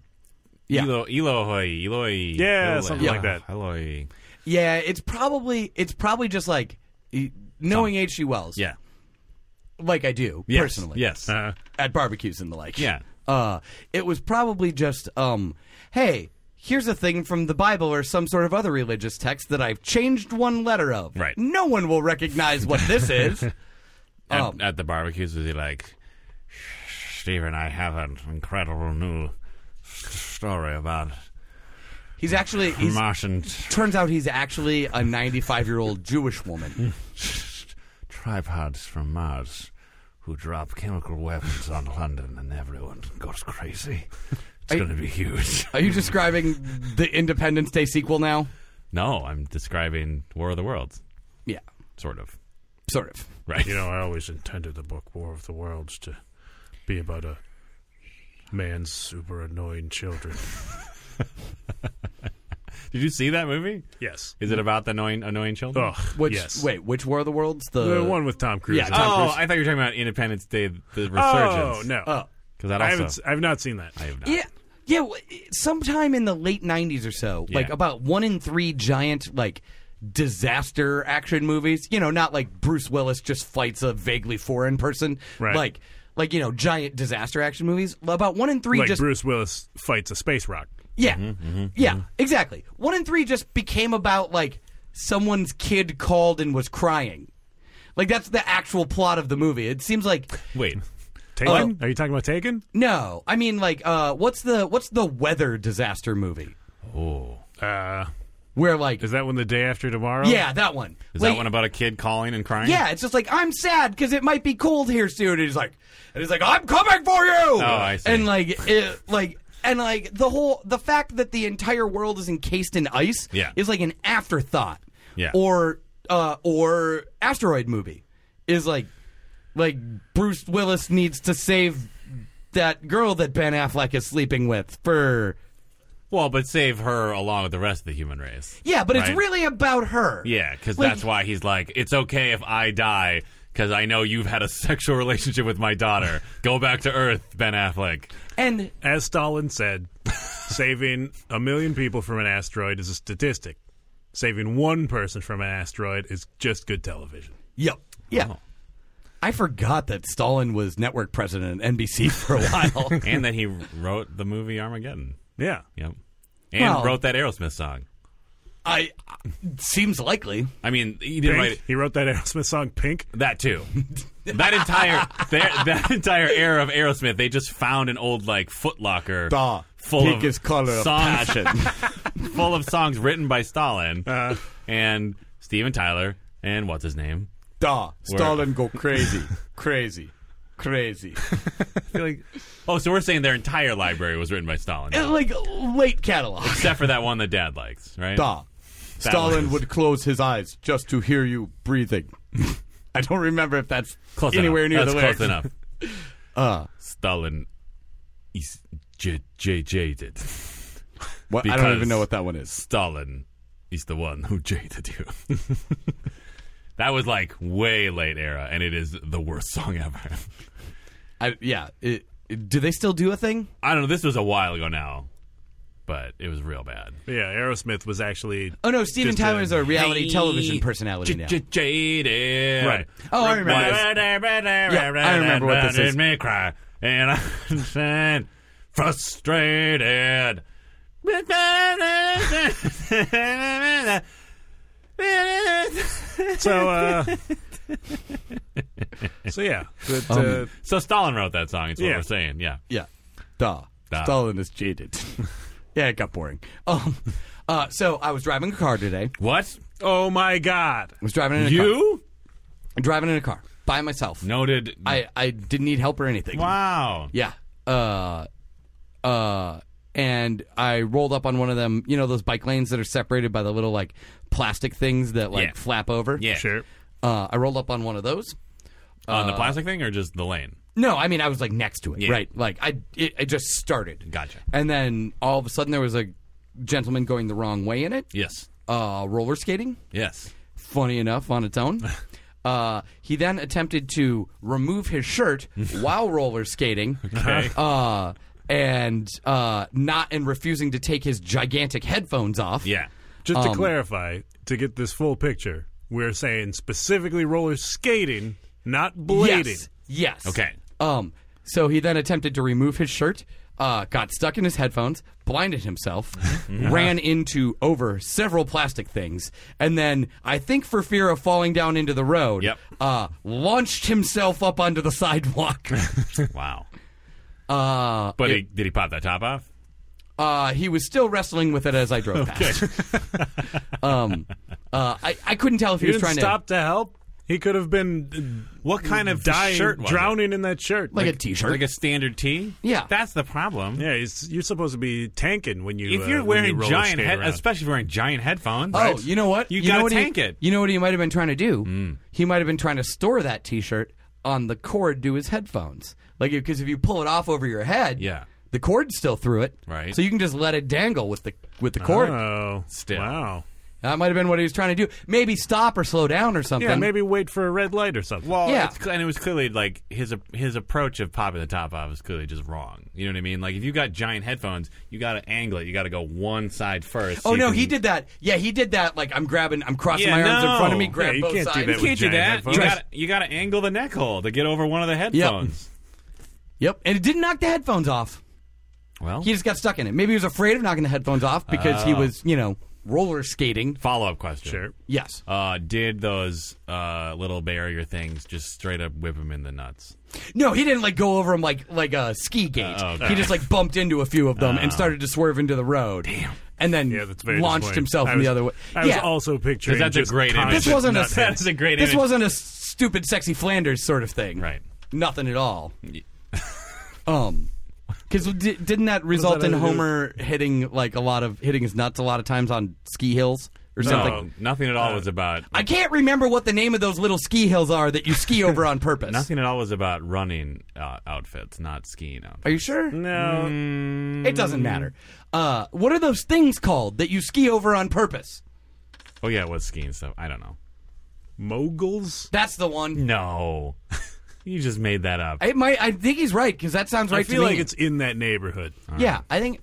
Speaker 3: Yeah.
Speaker 2: Elo, Elohoy, Eloi.
Speaker 1: Yeah,
Speaker 2: Eloi.
Speaker 1: something
Speaker 3: like
Speaker 1: that.
Speaker 2: Eloi.
Speaker 3: yeah, it's probably it's probably just like e- knowing H.G. Wells.
Speaker 2: Yeah.
Speaker 3: like I do
Speaker 2: Yes.
Speaker 3: personally.
Speaker 2: Yes.
Speaker 1: Uh,
Speaker 3: at barbecues and the like.
Speaker 2: Yeah.
Speaker 3: Uh, it was probably just um, hey, here's a thing from the Bible or some sort of other religious text that I've changed one letter of.
Speaker 2: Right.
Speaker 3: No one will recognize what
Speaker 2: [laughs]
Speaker 3: this is.
Speaker 2: at,
Speaker 3: Um,
Speaker 2: at the barbecues, was he like, Stephen, I have an incredible new story about
Speaker 3: He's
Speaker 2: uh,
Speaker 3: actually he's
Speaker 2: Martians.
Speaker 3: Turns out he's actually a 95 year old Jewish woman.
Speaker 2: tripods from Mars who drop chemical weapons on London and everyone goes crazy. It's
Speaker 3: I-
Speaker 2: going to be huge. [laughs]
Speaker 3: Are you describing the Independence Day sequel now?
Speaker 2: No, I'm describing War of the Worlds,
Speaker 3: Yeah,
Speaker 2: sort of.
Speaker 3: sort of.
Speaker 2: Right.
Speaker 1: you know, I always intended the book War of the Worlds to be about a man's super annoying children.
Speaker 2: Did you see that movie?
Speaker 1: Yes.
Speaker 2: Is it about the annoying, annoying children?
Speaker 1: Ugh.
Speaker 3: Which
Speaker 1: yes.
Speaker 3: wait, which War of the Worlds? The,
Speaker 1: the one with Tom Cruise.
Speaker 3: Uh, yeah,
Speaker 1: in it.
Speaker 3: Tom
Speaker 2: Oh,
Speaker 3: Cruise.
Speaker 2: I thought you were talking about Independence Day, the
Speaker 1: oh
Speaker 2: resurgence.
Speaker 1: no.
Speaker 3: Oh,
Speaker 2: Because that
Speaker 1: I haven't.
Speaker 2: also.
Speaker 1: s- I've not seen that.
Speaker 2: I have not.
Speaker 3: yeah, yeah. w- Sometime in the late 90s or so, like
Speaker 2: Yeah.
Speaker 3: about one in three giant like disaster action movies. You know, not like Bruce Willis just fights a vaguely foreign person.
Speaker 1: Right.
Speaker 3: Like like you know, giant disaster action movies. About one in three
Speaker 1: Like
Speaker 3: just
Speaker 1: Bruce Willis fights a space rock.
Speaker 3: yeah,
Speaker 2: Mm-hmm,
Speaker 3: yeah, exactly. One in three just became about like someone's kid called and was crying. Like that's the actual plot of the movie. It seems like
Speaker 2: Wait.
Speaker 1: Taken? Are you talking about Taken?
Speaker 3: no. I mean, like, uh, what's the what's the weather disaster movie
Speaker 2: Oh.
Speaker 1: Uh,
Speaker 3: where like
Speaker 1: is that one the day after tomorrow?
Speaker 3: yeah that one
Speaker 2: Is
Speaker 3: Like,
Speaker 2: that one about a kid calling and crying?
Speaker 3: yeah it's just like I'm sad because it might be cold here soon. And he's like and he's like I'm coming for you. Oh,
Speaker 2: I see.
Speaker 3: And like it, like. And like the whole the fact that the entire world is encased in ice
Speaker 2: Yeah.
Speaker 3: is like an afterthought.
Speaker 2: Yeah.
Speaker 3: Or uh or asteroid movie is like like Bruce Willis needs to save that girl that Ben Affleck is sleeping with for
Speaker 2: Well, but save her along with the rest of the human race.
Speaker 3: Yeah, but
Speaker 2: Right.
Speaker 3: it's really about her.
Speaker 2: Yeah, because
Speaker 3: Like-
Speaker 2: that's why he's like, it's okay if I die because I know you've had a [laughs] sexual relationship with my daughter. Go back to Earth, Ben Affleck.
Speaker 3: And
Speaker 1: As Stalin said, [laughs] saving a million people from an asteroid is a statistic. Saving one person from an asteroid is just good television.
Speaker 3: yep. Yeah.
Speaker 2: Oh.
Speaker 3: I forgot that Stalin was network president at NBC [laughs] for a while.
Speaker 2: and that he wrote the movie Armageddon.
Speaker 1: Yeah.
Speaker 2: Yep. And
Speaker 3: Well-
Speaker 2: wrote that Aerosmith song.
Speaker 3: I seems likely.
Speaker 2: I mean, he didn't write
Speaker 1: Pink, he wrote that [laughs] Aerosmith song Pink.
Speaker 2: that too. that entire their, that entire era of Aerosmith, they just found an old like footlocker
Speaker 3: Duh.
Speaker 2: full
Speaker 3: Pink
Speaker 2: of
Speaker 3: is color of
Speaker 2: songs, [laughs] full of songs written by Stalin
Speaker 1: Uh,
Speaker 2: and Steven Tyler and what's his name?
Speaker 3: Duh.
Speaker 2: Stalin
Speaker 3: go crazy. crazy. [laughs] Crazy.
Speaker 2: Oh, so we're saying their entire library was written by Stalin,
Speaker 3: like late catalog.
Speaker 2: except for that one that Dad likes, right?
Speaker 3: Duh.
Speaker 2: was-
Speaker 3: close his eyes just to hear you [laughs] breathing. I don't remember if that's
Speaker 2: Close
Speaker 3: anywhere
Speaker 2: enough.
Speaker 3: near
Speaker 2: That's
Speaker 3: the
Speaker 2: close
Speaker 3: lyrics.
Speaker 2: enough.
Speaker 3: [laughs] Uh,
Speaker 2: Stalin is j- j- jaded.
Speaker 3: what, I
Speaker 2: Because-
Speaker 3: don't even know what that one is.
Speaker 2: Stalin is the one who jaded you. [laughs] that was like way late era, and it is the worst song ever. [laughs]
Speaker 3: I, yeah. It, it- do they still do a thing?
Speaker 2: I don't know. This was a while ago now, but it was real bad.
Speaker 1: yeah, Aerosmith was actually
Speaker 3: Oh no, Steven
Speaker 1: Just,
Speaker 3: Tyler is
Speaker 1: uh,
Speaker 3: a reality television personality now.
Speaker 2: J- j- jaded.
Speaker 1: Right.
Speaker 3: Oh, I remember this. I remember what this is.
Speaker 2: Made me cry, and I'm sad, frustrated.
Speaker 1: so. Uh, [laughs] so yeah, but, uh,
Speaker 2: so Stalin wrote that song. It's what
Speaker 1: Yeah.
Speaker 2: we're saying. Yeah.
Speaker 3: Yeah. Duh.
Speaker 2: Duh.
Speaker 3: Stalin is jaded. [laughs] yeah, it got boring. Um, uh, so I was driving a car today. I
Speaker 2: What?
Speaker 1: oh my god,
Speaker 3: was driving in a car.
Speaker 2: You?
Speaker 3: I'm driving in a car by myself.
Speaker 2: Noted.
Speaker 3: I, I didn't need help or anything.
Speaker 2: wow.
Speaker 3: Yeah. Uh, uh, and I rolled up on one of them, you know, those bike lanes that are separated by the little like plastic things that like
Speaker 2: Yeah.
Speaker 3: flap over.
Speaker 2: Yeah.
Speaker 1: sure,
Speaker 3: Uh, I rolled up on one of those.
Speaker 2: On
Speaker 3: Uh,
Speaker 2: the plastic thing or just the lane?
Speaker 3: No, I mean I was like next to it,
Speaker 2: Yeah.
Speaker 3: right? Like I, it, it just started.
Speaker 2: Gotcha.
Speaker 3: And then all of a sudden there was a gentleman going the wrong way in it.
Speaker 2: Yes.
Speaker 3: Uh, roller skating,
Speaker 2: Yes.
Speaker 3: funny enough on
Speaker 2: [laughs]
Speaker 3: its own. uh, he then attempted to remove his
Speaker 2: [laughs]
Speaker 3: shirt while roller skating.
Speaker 2: Okay.
Speaker 3: Uh, and uh, not and refusing to take his gigantic headphones off. [laughs]
Speaker 2: yeah.
Speaker 1: Just to clarify, to get this full picture, we're saying specifically roller skating, not blading.
Speaker 3: Yes. Yes.
Speaker 2: Okay.
Speaker 3: Um. So he then attempted to remove his shirt, uh, got stuck in his headphones, blinded himself, [laughs] ran into over several plastic things, and then I think for fear of falling down into the road,
Speaker 2: Yep.
Speaker 3: uh, launched himself up onto the sidewalk.
Speaker 2: wow.
Speaker 3: uh,
Speaker 2: But he, did he pop that top off?
Speaker 3: uh, he was still wrestling with it as I drove past. [laughs] um, uh, I, I couldn't tell if he,
Speaker 1: He
Speaker 3: was
Speaker 1: didn't
Speaker 3: trying
Speaker 1: stop to help. He could have been uh,
Speaker 2: What kind of
Speaker 1: dying,
Speaker 2: shirt was
Speaker 1: drowning in that shirt.
Speaker 3: to like, a t-shirt.
Speaker 2: Like a standard tee?
Speaker 3: Yeah.
Speaker 2: That's the problem.
Speaker 1: yeah, he's, you're supposed to be tanking when you
Speaker 2: If
Speaker 1: uh,
Speaker 2: you're
Speaker 1: when you
Speaker 2: wearing
Speaker 1: roller
Speaker 2: giant
Speaker 1: skate
Speaker 2: head,
Speaker 1: around.
Speaker 2: especially if you're wearing giant headphones,
Speaker 3: Oh,
Speaker 2: right?
Speaker 3: you know what?
Speaker 2: You,
Speaker 3: know
Speaker 2: gotta
Speaker 3: what
Speaker 2: tank
Speaker 3: he,
Speaker 2: it. Hmm.
Speaker 3: You know what he might have been trying to do? He might have been trying to store that T-shirt on the cord to his headphones, like because if you pull it off over your head,
Speaker 2: Yeah.
Speaker 3: the cord's still through it,
Speaker 2: Right. Ah.
Speaker 3: So you can just let it dangle with the with the cord.
Speaker 1: Oh,
Speaker 2: Still.
Speaker 1: wow.
Speaker 3: That might have been what he was trying to do. Maybe stop or slow down or something.
Speaker 1: Yeah, maybe wait for a red light or something.
Speaker 2: Well,
Speaker 3: Yeah.
Speaker 2: it's cl- and it was clearly like his his approach of popping the top off is clearly just wrong. You know what I mean? Like if you got giant headphones, you got to angle it. You got to go one side first. so
Speaker 3: Oh
Speaker 2: you
Speaker 3: no,
Speaker 2: can-
Speaker 3: he did that. Yeah, he did that. Like I'm grabbing, I'm crossing
Speaker 2: Yeah,
Speaker 3: my arms in front of
Speaker 2: no.
Speaker 3: me, grab
Speaker 1: Yeah, you
Speaker 3: both
Speaker 1: can't do
Speaker 3: sides.
Speaker 1: that
Speaker 2: You
Speaker 1: with
Speaker 2: can't do
Speaker 1: giant
Speaker 2: that.
Speaker 1: headphones.
Speaker 2: You got you got to angle the neck hole to get over one of the headphones.
Speaker 3: Yep, and it didn't knock the headphones off.
Speaker 2: Well,
Speaker 3: He just got stuck in it. Maybe he was afraid of knocking the headphones off because
Speaker 2: Oh.
Speaker 3: he was, you know, roller skating.
Speaker 2: follow up question.
Speaker 1: Sure.
Speaker 3: Yes.
Speaker 2: Uh, did those uh, little barrier things just straight up whip him in the nuts?
Speaker 3: No, he didn't like go over them like like a ski gate.
Speaker 2: Oh, okay.
Speaker 3: He just like bumped into a few of them and started to swerve into the road. Damn. And then
Speaker 1: Yeah, that's very
Speaker 3: launched
Speaker 1: disappointing.
Speaker 3: himself
Speaker 1: I
Speaker 3: in
Speaker 1: was-
Speaker 3: the other way.
Speaker 1: I was
Speaker 3: yeah.
Speaker 1: also picturing
Speaker 2: That's a
Speaker 1: just
Speaker 2: great image.
Speaker 1: constant
Speaker 3: this wasn't a
Speaker 1: nuts.
Speaker 2: That's a great
Speaker 3: This
Speaker 2: image.
Speaker 3: wasn't a stupid sexy Flanders sort of thing.
Speaker 2: Right.
Speaker 3: Nothing at all. [laughs] um because d- didn't that result
Speaker 1: that
Speaker 3: in
Speaker 1: a-
Speaker 3: Homer hitting like a lot of hitting his nuts a lot of times on ski hills or something?
Speaker 2: No, nothing at
Speaker 1: Uh,
Speaker 2: all was about.
Speaker 3: I can't remember what the name of those little ski hills are that you ski over on purpose.
Speaker 2: Nothing at all was about running uh, outfits, not skiing outfits.
Speaker 3: Are you sure?
Speaker 1: No,
Speaker 3: Mm. It doesn't matter. Uh, what are those things called that you ski over on purpose?
Speaker 2: Oh yeah, it was skiing stuff. I don't know.
Speaker 1: moguls.
Speaker 3: That's the one.
Speaker 2: No, [laughs] you just made that up.
Speaker 3: It might. I think he's right because that sounds right
Speaker 1: I feel
Speaker 3: to me.
Speaker 1: like it's in that neighborhood.
Speaker 3: yeah. I think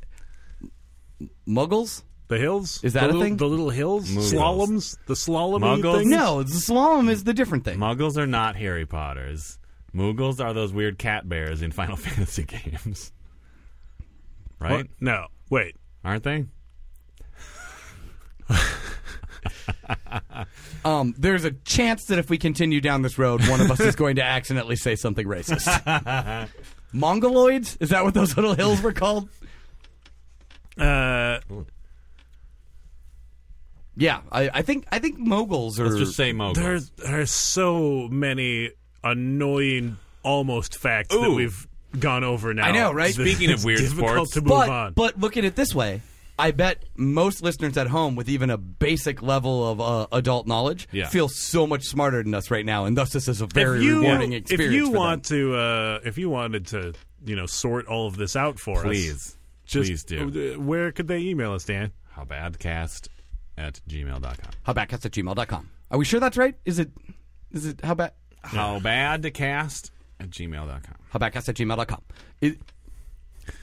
Speaker 3: muggles.
Speaker 1: The hills
Speaker 3: Is that
Speaker 1: the
Speaker 3: a
Speaker 1: little,
Speaker 3: thing?
Speaker 1: The little hills,
Speaker 2: Moguls.
Speaker 1: slaloms, the slalom.
Speaker 2: Muggles?
Speaker 1: Thing?
Speaker 3: No, the slalom is the different thing.
Speaker 2: Muggles are not Harry Potters. Muggles are those weird cat bears in Final [laughs] Fantasy games, right?
Speaker 1: What? no. Wait,
Speaker 2: Aren't they?
Speaker 3: Um, there's a chance that if we continue down this road, one
Speaker 1: [laughs]
Speaker 3: of us is going to accidentally say something racist. Mongoloids? Is that what those little hills
Speaker 1: [laughs]
Speaker 3: were called?
Speaker 1: uh,
Speaker 3: Yeah, I, I think I think moguls are.
Speaker 2: Let's just say Muggles.
Speaker 1: there there are so many annoying almost facts that
Speaker 2: Ooh.
Speaker 1: we've gone over now.
Speaker 3: I know, right?
Speaker 1: that
Speaker 2: Speaking of
Speaker 1: it's
Speaker 2: weird
Speaker 1: difficult
Speaker 2: sports-
Speaker 1: to move
Speaker 3: but
Speaker 1: on.
Speaker 3: but look at it this way. I bet most listeners at home with even a basic level of uh, adult knowledge
Speaker 2: Yeah.
Speaker 3: feel so much smarter than us right now, and thus this is a very
Speaker 1: if you,
Speaker 3: rewarding
Speaker 1: if
Speaker 3: experience.
Speaker 1: you
Speaker 3: for them.
Speaker 1: want to, uh, if you wanted to, you know, sort all of this out for us,
Speaker 2: please,
Speaker 1: just
Speaker 2: please do.
Speaker 1: uh, Where could they email us, Dan?
Speaker 2: Howbadcast at
Speaker 1: [sighs]
Speaker 2: gmail.com.
Speaker 3: howbadcast at gmail.com. Are we sure that's right? Is it is it how bad
Speaker 2: Howbadcast at gmail.com.
Speaker 3: howbadcast at gmail.com? It,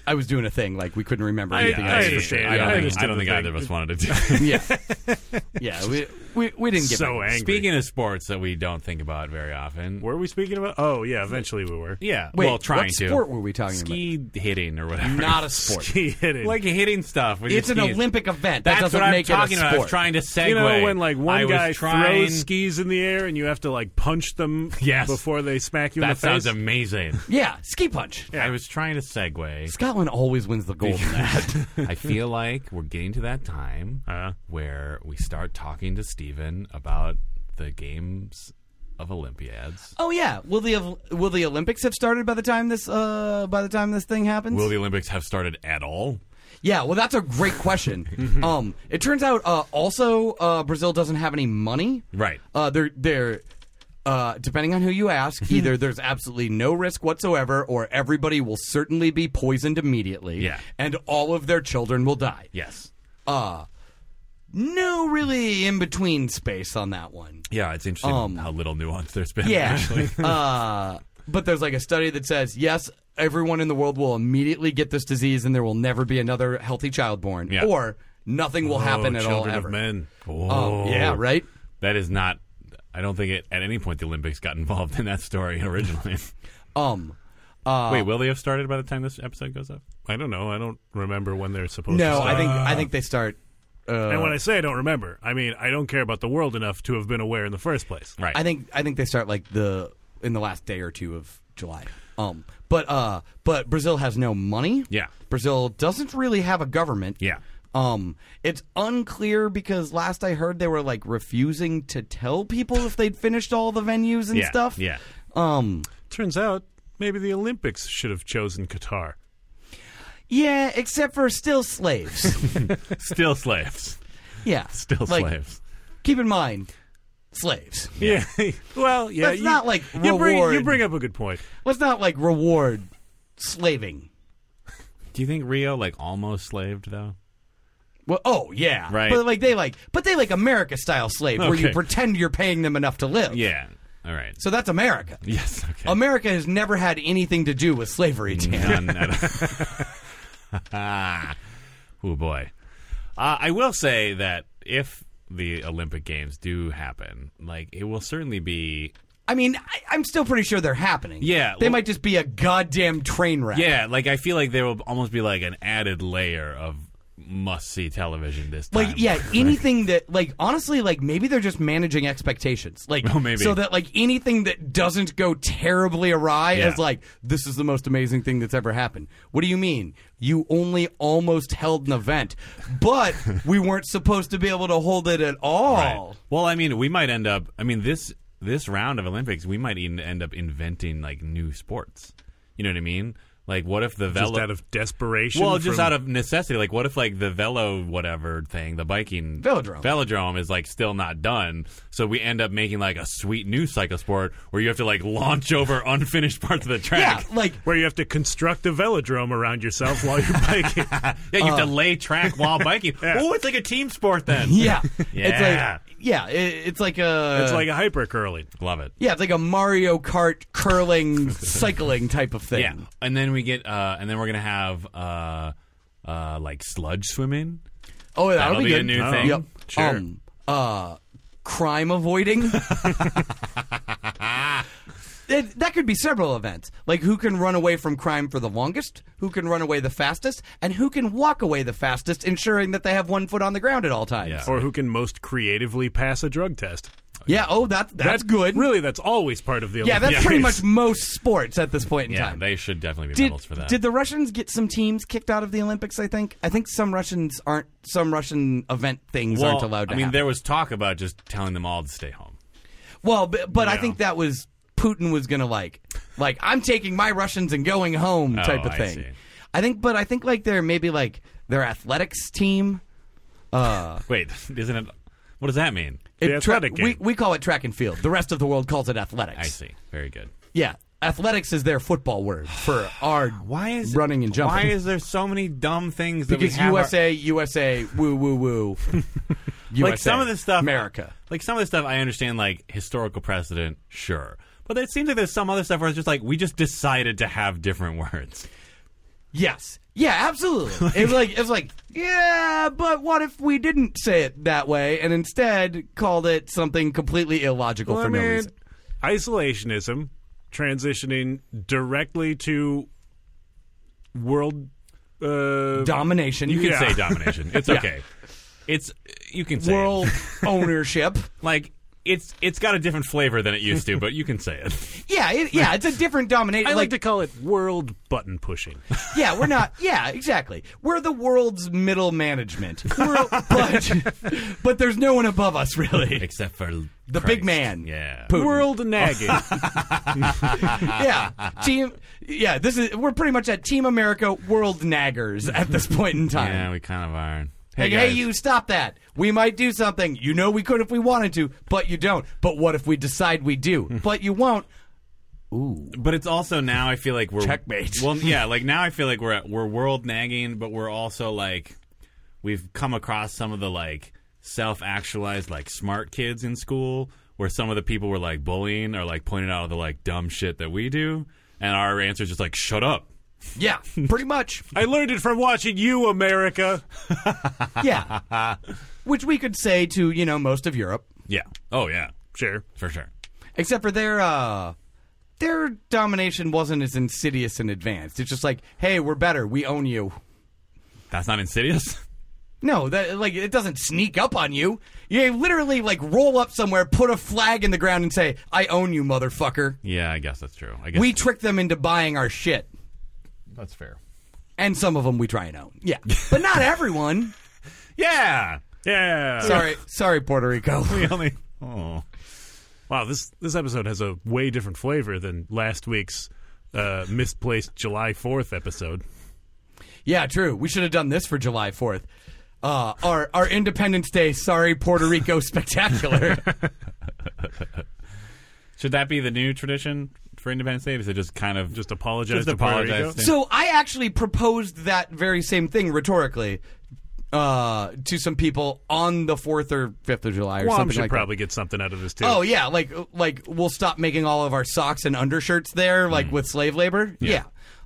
Speaker 3: I was doing a thing like we couldn't remember anything.
Speaker 1: I
Speaker 3: else.
Speaker 1: understand.
Speaker 2: I don't
Speaker 1: I
Speaker 2: think,
Speaker 1: understand
Speaker 2: I don't
Speaker 1: the
Speaker 2: think
Speaker 1: thing.
Speaker 2: either of us wanted to do that.
Speaker 3: yeah,
Speaker 1: [laughs]
Speaker 3: yeah. We, we, we didn't get
Speaker 1: So
Speaker 3: back.
Speaker 1: angry.
Speaker 2: Speaking of sports that we don't think about very often.
Speaker 1: Were we speaking about? Oh yeah, eventually we were. [laughs]
Speaker 2: yeah.
Speaker 3: Wait,
Speaker 2: well, trying
Speaker 3: what
Speaker 2: to.
Speaker 3: sport were we talking
Speaker 2: Ski hitting or whatever.
Speaker 3: about?
Speaker 2: [laughs]
Speaker 3: Not a sport.
Speaker 1: Ski hitting.
Speaker 2: like hitting stuff. with your
Speaker 3: It's an
Speaker 2: skis.
Speaker 3: Olympic event. That
Speaker 2: That's
Speaker 3: doesn't
Speaker 2: what
Speaker 3: make
Speaker 2: I'm
Speaker 3: it a
Speaker 2: talking about. I was
Speaker 3: sport.
Speaker 2: trying to segue.
Speaker 1: you know when like one
Speaker 2: I was
Speaker 1: guy
Speaker 2: trying,
Speaker 1: throws skis in the air and you have to like punch them
Speaker 2: [laughs] Yes.
Speaker 1: before they smack you in
Speaker 2: That
Speaker 1: the face.
Speaker 2: sounds amazing.
Speaker 3: [laughs] Yeah, ski punch.
Speaker 2: I was trying to segue.
Speaker 3: Scotland always wins the
Speaker 1: [laughs]
Speaker 3: gold. in that.
Speaker 2: I feel like we're getting to that time
Speaker 1: Uh-huh.
Speaker 2: where we start talking to Steven about the games of Olympiads.
Speaker 3: oh yeah, will the will the Olympics have started by the time this uh by the time this thing happens?
Speaker 2: Will the Olympics have started at all?
Speaker 3: yeah, well that's a great
Speaker 2: [laughs]
Speaker 3: question.
Speaker 2: Mm-hmm.
Speaker 3: um, it turns out uh, also uh, Brazil doesn't have any money.
Speaker 2: Right.
Speaker 3: Uh, they're they're. Uh, depending on who you ask,
Speaker 2: Mm-hmm.
Speaker 3: either there's absolutely no risk whatsoever, or everybody will certainly be poisoned immediately,
Speaker 2: Yeah.
Speaker 3: and all of their children will die.
Speaker 2: Yes.
Speaker 3: Uh, no, really in between space on that one.
Speaker 2: Yeah, it's interesting
Speaker 3: Um,
Speaker 2: how little nuance there's
Speaker 1: [laughs]
Speaker 2: been.
Speaker 3: Yeah.
Speaker 2: actually.
Speaker 3: [laughs] uh, but there's like a study that says yes, everyone in the world will immediately get this disease, and there will never be another healthy child born,
Speaker 2: Yeah.
Speaker 3: or nothing will happen
Speaker 1: oh,
Speaker 3: at all
Speaker 1: children
Speaker 3: ever. Um,
Speaker 1: of men.
Speaker 2: Oh.
Speaker 3: yeah, right.
Speaker 2: That is not. I don't think it, at any point the Olympics got involved in that story [laughs] originally.
Speaker 3: Um, uh,
Speaker 2: Wait, will they have started by the time this episode goes up?
Speaker 1: I don't know. I don't remember when they're supposed to.
Speaker 3: no,
Speaker 1: start.
Speaker 3: I think I think they start.
Speaker 1: and
Speaker 3: Uh,
Speaker 1: when I say I don't remember, I mean I don't care about the world enough to have been aware in the first place.
Speaker 2: Right.
Speaker 3: I think I think they start like the in the last day or two of July. Um, but uh, but Brazil has no money.
Speaker 2: Yeah.
Speaker 3: Brazil doesn't really have a government.
Speaker 2: Yeah.
Speaker 3: Um, it's unclear because last I heard they were like refusing to tell people if they'd finished all the venues and
Speaker 2: yeah,
Speaker 3: stuff.
Speaker 2: Yeah.
Speaker 3: Um,
Speaker 1: Turns out maybe the Olympics should have chosen Qatar.
Speaker 3: yeah, except for
Speaker 2: [laughs]
Speaker 3: still slaves.
Speaker 2: Still slaves. [laughs]
Speaker 3: yeah.
Speaker 2: Still
Speaker 3: like,
Speaker 2: slaves.
Speaker 3: Keep in mind, slaves.
Speaker 1: Yeah. [laughs] well, yeah.
Speaker 3: That's
Speaker 1: you-
Speaker 3: not, like,
Speaker 1: you bring, you
Speaker 3: reward.
Speaker 1: bring up a good point.
Speaker 3: Let's not like reward slaving.
Speaker 2: Do you think Rio like almost slaved though?
Speaker 3: Well, oh yeah,
Speaker 2: Right.
Speaker 3: But like they like, but they like America style slave, where you
Speaker 2: Okay.
Speaker 3: pretend you're paying them enough to live.
Speaker 2: Yeah. All right. [laughs]
Speaker 3: So that's America.
Speaker 2: yes. Okay.
Speaker 3: America has never had anything to do with slavery,
Speaker 2: [laughs]
Speaker 3: Dan.
Speaker 2: None at all. [laughs] oh boy. Uh, I will say that if the Olympic Games do happen, like it will certainly be
Speaker 3: I mean, I, I'm still pretty sure they're happening.
Speaker 2: Yeah,
Speaker 3: they
Speaker 2: well-
Speaker 3: might just be a goddamn train wreck.
Speaker 2: yeah, like I feel like there will almost be like an added layer of must see television this time.
Speaker 3: Like yeah, anything that like honestly like maybe they're just managing expectations. Like
Speaker 2: Oh, maybe.
Speaker 3: so that like anything that doesn't go terribly awry
Speaker 2: Yeah.
Speaker 3: is like this is the most amazing thing that's ever happened. What do you mean? You only almost held an event,
Speaker 2: [laughs]
Speaker 3: but we weren't supposed to be able to hold it at all.
Speaker 2: Right. Well, I mean, we might end up. I mean this this round of Olympics, we might even end up inventing like new sports. You know what I mean? Like, what if the
Speaker 1: just
Speaker 2: velo-
Speaker 1: out of desperation.
Speaker 2: Well, just
Speaker 1: from-
Speaker 2: out of necessity. Like, what if like the velo whatever thing, the biking
Speaker 3: Velodrome.
Speaker 2: velodrome is like still not done? So we end up making like a sweet new cycle sport where you have to like launch over unfinished parts of the
Speaker 3: Yeah,
Speaker 2: track.
Speaker 3: like
Speaker 1: where you have to construct a velodrome around yourself while
Speaker 3: [laughs]
Speaker 1: you're biking.
Speaker 2: Yeah,
Speaker 3: Uh.
Speaker 2: you have to lay track while biking. Oh, it's like a team sport then. [laughs]
Speaker 3: yeah,
Speaker 2: Yeah.
Speaker 3: it's like yeah, it, it's like uh, a
Speaker 1: it's like a hyper curling.
Speaker 2: Love it.
Speaker 3: yeah, it's like a Mario Kart curling cycling type of thing.
Speaker 2: Yeah, and then we get, uh, and then we're gonna have uh, uh, like sludge swimming.
Speaker 3: Oh, that'll,
Speaker 2: That'll
Speaker 3: be,
Speaker 2: be a
Speaker 3: good.
Speaker 2: new thing.
Speaker 3: Yep.
Speaker 2: Sure.
Speaker 3: Um, uh,
Speaker 2: [laughs]
Speaker 3: crime avoiding. It- that could be several events, like who can run away from crime for the longest, who can run away the fastest, and who can walk away the fastest, ensuring that they have one foot on the ground at all times.
Speaker 2: Yeah.
Speaker 1: Or who can most creatively pass a drug test.
Speaker 3: Yeah, oh, that that's
Speaker 1: That-
Speaker 3: good.
Speaker 1: Really, that's always part of the
Speaker 3: Yeah,
Speaker 1: Olympics.
Speaker 2: [laughs]
Speaker 3: that's pretty much most sports at this point in
Speaker 2: Yeah,
Speaker 3: time.
Speaker 2: they should definitely be
Speaker 3: did,
Speaker 2: medals for that.
Speaker 3: did the Russians get some teams kicked out of the Olympics? I think. I think some Russians aren't. Some Russian event things
Speaker 2: well,
Speaker 3: aren't allowed. To
Speaker 2: I mean,
Speaker 3: happen.
Speaker 2: there was talk about just telling them all to stay home.
Speaker 3: Well, but, but I
Speaker 1: Yeah.
Speaker 3: think that was Putin was gonna like, like I'm taking my Russians and going home type of
Speaker 2: Oh, I
Speaker 3: thing.
Speaker 2: see.
Speaker 3: I think, but I think like they're maybe like their athletics team. Uh,
Speaker 2: Wait, [laughs] isn't it? What does that mean?
Speaker 3: it
Speaker 1: athletic game.
Speaker 3: we we call it track and field. The rest of the world calls it athletics.
Speaker 2: I see. Very good.
Speaker 3: Yeah, athletics is their football word
Speaker 2: [sighs]
Speaker 3: for our running and jumping.
Speaker 2: Why is there so many dumb things that
Speaker 3: because
Speaker 2: we have our-
Speaker 3: USA, USA, woo
Speaker 2: [laughs]
Speaker 3: woo woo. USA,
Speaker 2: like some of this stuff,
Speaker 3: America.
Speaker 2: Like some of this stuff, I understand like historical precedent, sure, but it seems like there's some other stuff where it's just like we just decided to have different words.
Speaker 3: Yes. Yeah,
Speaker 1: [laughs]
Speaker 3: absolutely. It was like it was like, yeah, but what if we didn't say it that way and instead called it something completely illogical
Speaker 1: Well,
Speaker 3: for
Speaker 1: I
Speaker 3: no
Speaker 1: mean,
Speaker 3: reason?
Speaker 1: Isolationism transitioning directly to world uh,
Speaker 3: Domination.
Speaker 2: You can
Speaker 1: Yeah.
Speaker 2: say domination.
Speaker 3: [laughs]
Speaker 2: It's okay. It's you can say it.
Speaker 1: [laughs]
Speaker 3: world ownership.
Speaker 2: like it's it's got a different flavor than it used to, but you can say it.
Speaker 3: [laughs] Yeah, it, yeah, it's a different domination.
Speaker 1: I like, to call it world button pushing.
Speaker 3: yeah, we're not. Yeah, exactly. We're the world's middle management,
Speaker 1: [laughs]
Speaker 3: We're- but but there's no one above
Speaker 1: [laughs]
Speaker 3: us really.
Speaker 2: Except for
Speaker 3: The big man.
Speaker 2: Yeah.
Speaker 3: [laughs] Putin.
Speaker 1: world
Speaker 3: [laughs]
Speaker 1: nagging.
Speaker 3: yeah, team. Yeah, this is we're pretty much at Team America world naggers at this point in time.
Speaker 2: Yeah, we kind of are.
Speaker 3: Hey,
Speaker 2: guys.
Speaker 3: hey, you stop that. We might do something. You know we could if we wanted to, but you don't. But what if we decide we do? but you won't.
Speaker 2: But it's also now I feel like we're
Speaker 3: Checkmate.
Speaker 1: [laughs]
Speaker 2: Well, yeah, like now I feel like we're at, we're world nagging, but we're also like we've come across some of the like self actualized like smart kids in school where some of the people were like bullying or like pointing out all the like dumb shit that we do, and our answer is just like shut up.
Speaker 3: Yeah, pretty much.
Speaker 1: I learned it from watching you, America.
Speaker 3: Yeah. Which we could say to, you know, most of Europe,
Speaker 2: Yeah. Oh yeah,
Speaker 1: Sure.
Speaker 2: for sure.
Speaker 3: except for their uh their domination wasn't as insidious and advanced. It's just like, "Hey, we're better. We own you."
Speaker 2: That's not insidious. [laughs]
Speaker 3: No, that like it doesn't sneak up on you. You literally like roll up somewhere, put a flag in the ground and say, "I own you, motherfucker."
Speaker 2: yeah, I guess that's true. I guess
Speaker 3: We tricked them into buying our shit.
Speaker 2: that's fair.
Speaker 3: and some of them we try and own. Yeah, [laughs] but not everyone.
Speaker 2: Yeah.
Speaker 1: Yeah. [laughs]
Speaker 3: [laughs] sorry, [laughs] sorry, Puerto Rico. [laughs]
Speaker 2: We only. Oh.
Speaker 1: Wow, this this episode has a way different flavor than last week's uh, misplaced July Fourth episode.
Speaker 3: yeah, true. We should have done this for July Fourth. Uh, our our Independence Day, sorry Puerto Rico [laughs] spectacular.
Speaker 2: Should that be the new tradition for Independence Day? Is it just kind of
Speaker 1: Just apologize
Speaker 2: Just
Speaker 1: to Puerto
Speaker 2: apologize
Speaker 1: Rico?
Speaker 2: to-
Speaker 3: so I actually proposed that very same thing rhetorically uh, to some people on the fourth or fifth of July or
Speaker 1: Guam
Speaker 3: something
Speaker 1: should
Speaker 3: like that.
Speaker 1: probably get something out of this too.
Speaker 3: Oh yeah, like like we'll stop making all of our socks and undershirts there, like with slave labor. Yeah.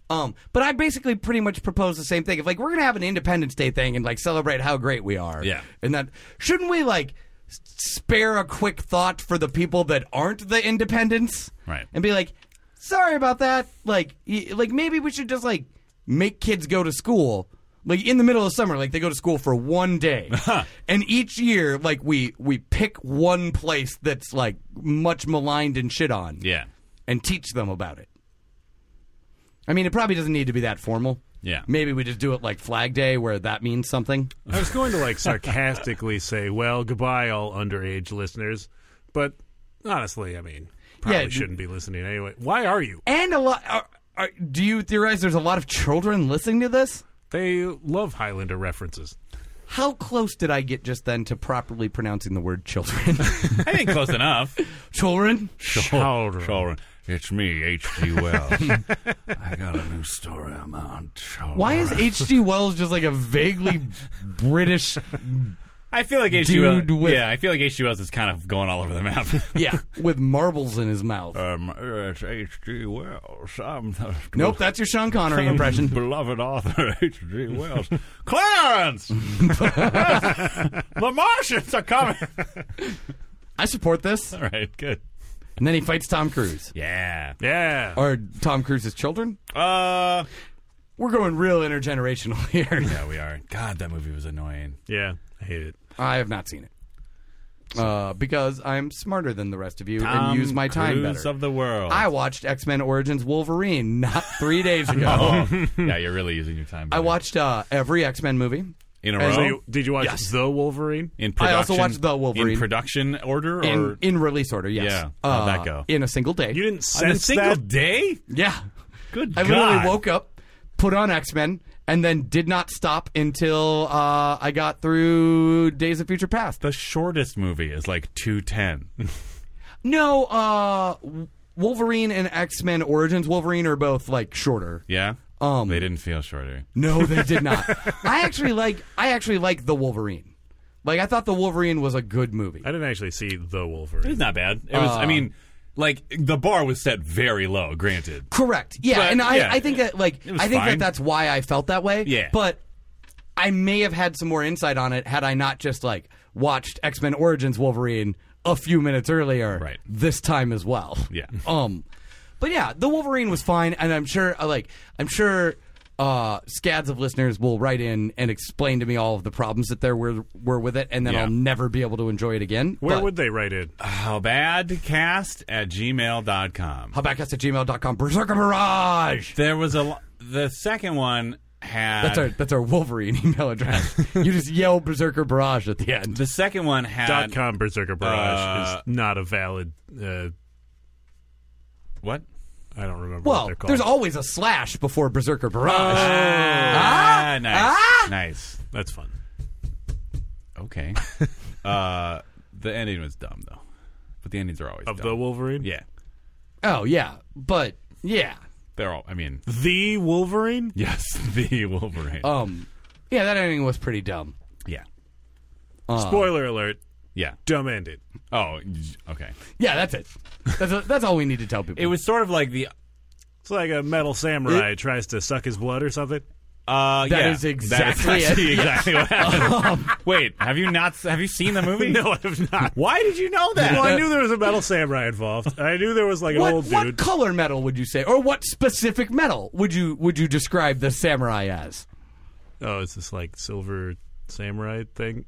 Speaker 3: Um, but I basically pretty much propose the same thing. If like we're gonna have an Independence Day thing and like celebrate how great we are.
Speaker 2: Yeah.
Speaker 3: And that shouldn't we like s- spare a quick thought for the people that aren't the independents?
Speaker 2: Right.
Speaker 3: And be like, sorry about that. Like y- like maybe we should just like make kids go to school. Like in the middle of summer, like they go to school for one
Speaker 2: [laughs]
Speaker 3: day, and each year, like we we pick one place that's like much maligned and shit on,
Speaker 2: Yeah.
Speaker 3: and teach them about it. I mean, it probably doesn't need to be that formal.
Speaker 2: Yeah.
Speaker 3: Maybe we just do it like Flag Day, where that means something.
Speaker 1: I was going to
Speaker 3: [laughs]
Speaker 1: like sarcastically say, "Well, goodbye, all underage listeners," but honestly, I mean, probably
Speaker 3: Yeah, d-
Speaker 1: shouldn't be listening anyway. Why are you?
Speaker 3: And a lot. Are, are, do you theorize there's a lot of children listening to this?
Speaker 1: They love Highlander references.
Speaker 3: How close did I get just then to properly pronouncing the word
Speaker 2: [laughs]
Speaker 3: children?
Speaker 2: I think close [laughs] enough.
Speaker 3: children.
Speaker 1: Children.
Speaker 2: Children. It's me, H.G. [laughs] Wells. I got a new story about children.
Speaker 3: Why is H.G. Wells just like a vaguely British?
Speaker 2: I feel like H.G. Wells.
Speaker 3: Dude with-
Speaker 2: yeah, I feel like H.G. Wells is kind of going all over the map. [laughs]
Speaker 3: Yeah, [laughs] with marbles in his mouth.
Speaker 2: Um, it's H.G. Wells. I'm the
Speaker 3: nope, that's your Sean Connery
Speaker 2: [laughs]
Speaker 3: impression.
Speaker 2: beloved author [laughs] H.G. Wells.
Speaker 3: [laughs]
Speaker 2: [laughs] Clarence! the Martians are coming! [laughs]
Speaker 3: I support this.
Speaker 2: All right, good.
Speaker 3: And then he fights Tom Cruise.
Speaker 2: Yeah.
Speaker 1: Yeah.
Speaker 3: Or Tom Cruise's children.
Speaker 2: Uh,
Speaker 3: We're going real intergenerational [laughs] here.
Speaker 2: yeah, we are. God, that movie was annoying.
Speaker 1: yeah. I hate it.
Speaker 3: I have not seen it. Uh, because I'm smarter than the rest of you and use my time
Speaker 2: Um, Cruise
Speaker 3: better.
Speaker 2: of the world. [laughs]
Speaker 3: I watched X Men Origins Wolverine not three days ago.
Speaker 2: oh. yeah, you're really using your time.
Speaker 3: I
Speaker 2: better.
Speaker 3: watched uh, every X Men movie.
Speaker 2: in a
Speaker 3: as
Speaker 2: row.
Speaker 1: So you- did you watch
Speaker 3: Oh, Yes.
Speaker 1: The Wolverine?
Speaker 2: in
Speaker 3: I
Speaker 2: production,
Speaker 3: also watched The Wolverine.
Speaker 2: in production order, or
Speaker 3: In, in release order, yes.
Speaker 2: Yeah,
Speaker 3: Uh,
Speaker 2: how'd that go?
Speaker 3: In a single day.
Speaker 1: You didn't
Speaker 2: on a
Speaker 1: sense
Speaker 2: single
Speaker 1: that?
Speaker 2: day.
Speaker 3: yeah.
Speaker 2: Good
Speaker 3: I
Speaker 2: God!
Speaker 3: literally woke up, put on X Men, and then did not stop until uh, I got through Days of Future Past.
Speaker 2: The shortest movie is like two ten. [laughs]
Speaker 3: No, uh Wolverine and X Men Origins Wolverine are both like shorter.
Speaker 2: yeah,
Speaker 3: Um,
Speaker 2: they didn't feel shorter.
Speaker 3: No, they
Speaker 2: [laughs]
Speaker 3: did not. I actually like I actually like the Wolverine. Like I thought the Wolverine was a good movie.
Speaker 1: I didn't actually see The
Speaker 2: It was
Speaker 1: Wolverine.
Speaker 2: not bad. It
Speaker 3: uh,
Speaker 2: was. I mean, like the bar was set very low. Granted,
Speaker 3: Correct. Yeah,
Speaker 2: But,
Speaker 3: and I,
Speaker 2: yeah,
Speaker 3: I think that like
Speaker 2: it was
Speaker 3: I think
Speaker 2: fine.
Speaker 3: that that's why I felt that way.
Speaker 2: Yeah.
Speaker 3: But I may have had some more insight on it had I not just like watched X Men Origins Wolverine a few minutes earlier.
Speaker 2: Right.
Speaker 3: This time as well.
Speaker 2: Yeah.
Speaker 3: [laughs] Um. But yeah, the Wolverine was fine, and I'm sure uh, like I'm sure. Uh, scads of listeners will write in and explain to me all of the problems that there were were with it, and then
Speaker 2: Yeah.
Speaker 3: I'll never be able to enjoy it again.
Speaker 1: Where
Speaker 3: But-
Speaker 1: would they write it?
Speaker 2: how bad cast at gmail.com.
Speaker 3: Hubbackcast at gmail.com. Berserker Barrage!
Speaker 2: There was a lo- the second one had
Speaker 3: That's our that's our Wolverine [laughs] email address. you just yell Berserker Barrage at the end.
Speaker 2: the second one had
Speaker 1: Dot com Berserker Barrage
Speaker 2: uh,
Speaker 1: is not a valid. Uh,
Speaker 2: what
Speaker 1: I don't remember what
Speaker 3: Well,
Speaker 1: they're called.
Speaker 3: there's always a slash before Berserker Barrage.
Speaker 2: Uh. ah, nice
Speaker 3: Ah!
Speaker 2: nice
Speaker 1: That's fun.
Speaker 2: [laughs] okay uh the ending was dumb though but the endings are always
Speaker 1: Of
Speaker 2: dumb.
Speaker 1: The Wolverine?
Speaker 2: yeah
Speaker 3: oh yeah, but yeah,
Speaker 2: they're all I mean Uh,
Speaker 1: The Wolverine?
Speaker 2: [laughs] Yes, the Wolverine.
Speaker 3: um, yeah, that ending was pretty dumb.
Speaker 2: yeah,
Speaker 1: Spoiler alert.
Speaker 2: yeah.
Speaker 1: Dumb ended.
Speaker 2: Oh, y- okay.
Speaker 3: Yeah, that's it. That's [laughs] that's all we need to tell people.
Speaker 2: It was sort of like the.
Speaker 1: It's like a metal samurai tries to suck his blood or something.
Speaker 2: Uh, yeah,
Speaker 3: is
Speaker 2: that
Speaker 3: exactly it.
Speaker 2: actually [laughs] exactly what happened. Wait, have you not? Have you seen the [laughs] movie?
Speaker 1: No, I have not.
Speaker 2: Why did you
Speaker 1: [laughs]
Speaker 2: know
Speaker 1: Well,
Speaker 2: [laughs] that?
Speaker 1: I knew there was a metal samurai involved. I knew there was like an
Speaker 3: what,
Speaker 1: old dude.
Speaker 3: what color metal would you say, or what specific metal would you would you describe the samurai as?
Speaker 1: Oh, it's this like silver samurai thing.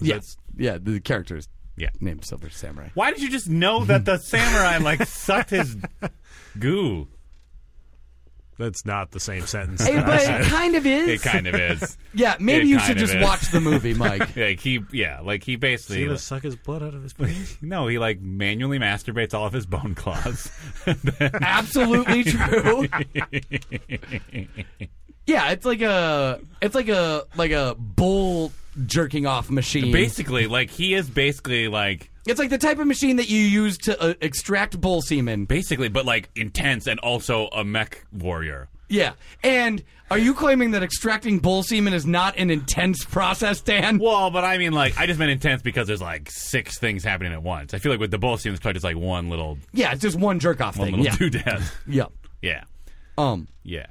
Speaker 3: Yes, yeah, the character's
Speaker 2: Yeah.
Speaker 3: named Silver Samurai.
Speaker 2: Why did you just know that the samurai like sucked [laughs] his goo?
Speaker 1: That's not the same sentence. [laughs]
Speaker 3: Hey, but it kind of is.
Speaker 2: It kind of is.
Speaker 3: yeah, maybe
Speaker 2: it
Speaker 3: you
Speaker 2: kind
Speaker 3: should
Speaker 2: of
Speaker 3: just
Speaker 2: is.
Speaker 3: watch the movie, Mike.
Speaker 2: Like he, yeah, like he
Speaker 1: he
Speaker 2: basically.
Speaker 1: to suck his blood out of his face.
Speaker 2: no, he like manually masturbates all of his
Speaker 1: [laughs]
Speaker 2: bone claws. [laughs]
Speaker 3: absolutely true. yeah, it's like a it's like a like a bull jerking off machine.
Speaker 2: basically, like he is basically like
Speaker 3: It's like the type of machine that you use to uh, extract bull semen.
Speaker 2: Basically, but like intense and also a mech warrior.
Speaker 3: Yeah. And are you claiming that extracting bull semen is not an intense process, Dan?
Speaker 2: Well, but I mean, like, I just meant intense because there's like six things happening at once. I feel like with the bull scene, it's probably just like one little,
Speaker 3: yeah, it's just one jerk off
Speaker 2: one
Speaker 3: thing.
Speaker 2: little
Speaker 3: yeah.
Speaker 2: two death.
Speaker 3: yeah.
Speaker 2: [laughs] Yeah,
Speaker 3: Um.
Speaker 2: yeah.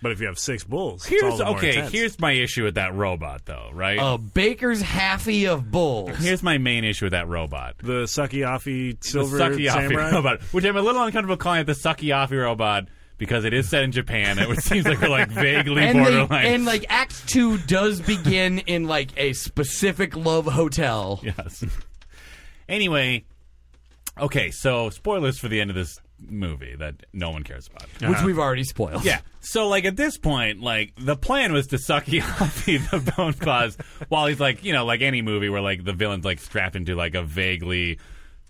Speaker 1: But if you have six bulls, it's all
Speaker 2: Here's
Speaker 1: the more
Speaker 2: okay.
Speaker 1: intense. Oh.
Speaker 2: Here's my issue with that robot, though. Right.
Speaker 3: A baker's halfy of bulls.
Speaker 2: Here's my main issue with that robot.
Speaker 1: the Sakiafi
Speaker 2: The
Speaker 1: silver [laughs]
Speaker 2: Sukiyafi
Speaker 1: samurai.
Speaker 2: robot, which I'm a little uncomfortable calling it the Sukiyafi robot because it is set in Japan. It seems like we're
Speaker 3: [laughs]
Speaker 2: like vaguely
Speaker 3: And, they,
Speaker 2: borderline.
Speaker 3: and like Act Two does begin in like a specific love hotel.
Speaker 2: [laughs] Yes. anyway, okay, so spoilers for the end of this movie that no one cares about.
Speaker 3: Which we've already spoiled.
Speaker 2: Uh-huh. Yeah. So like at this point, like the plan was to suck [laughs] Yaffy the bone claws while he's like, you know, like any movie where like the villain's like strapped into like a vaguely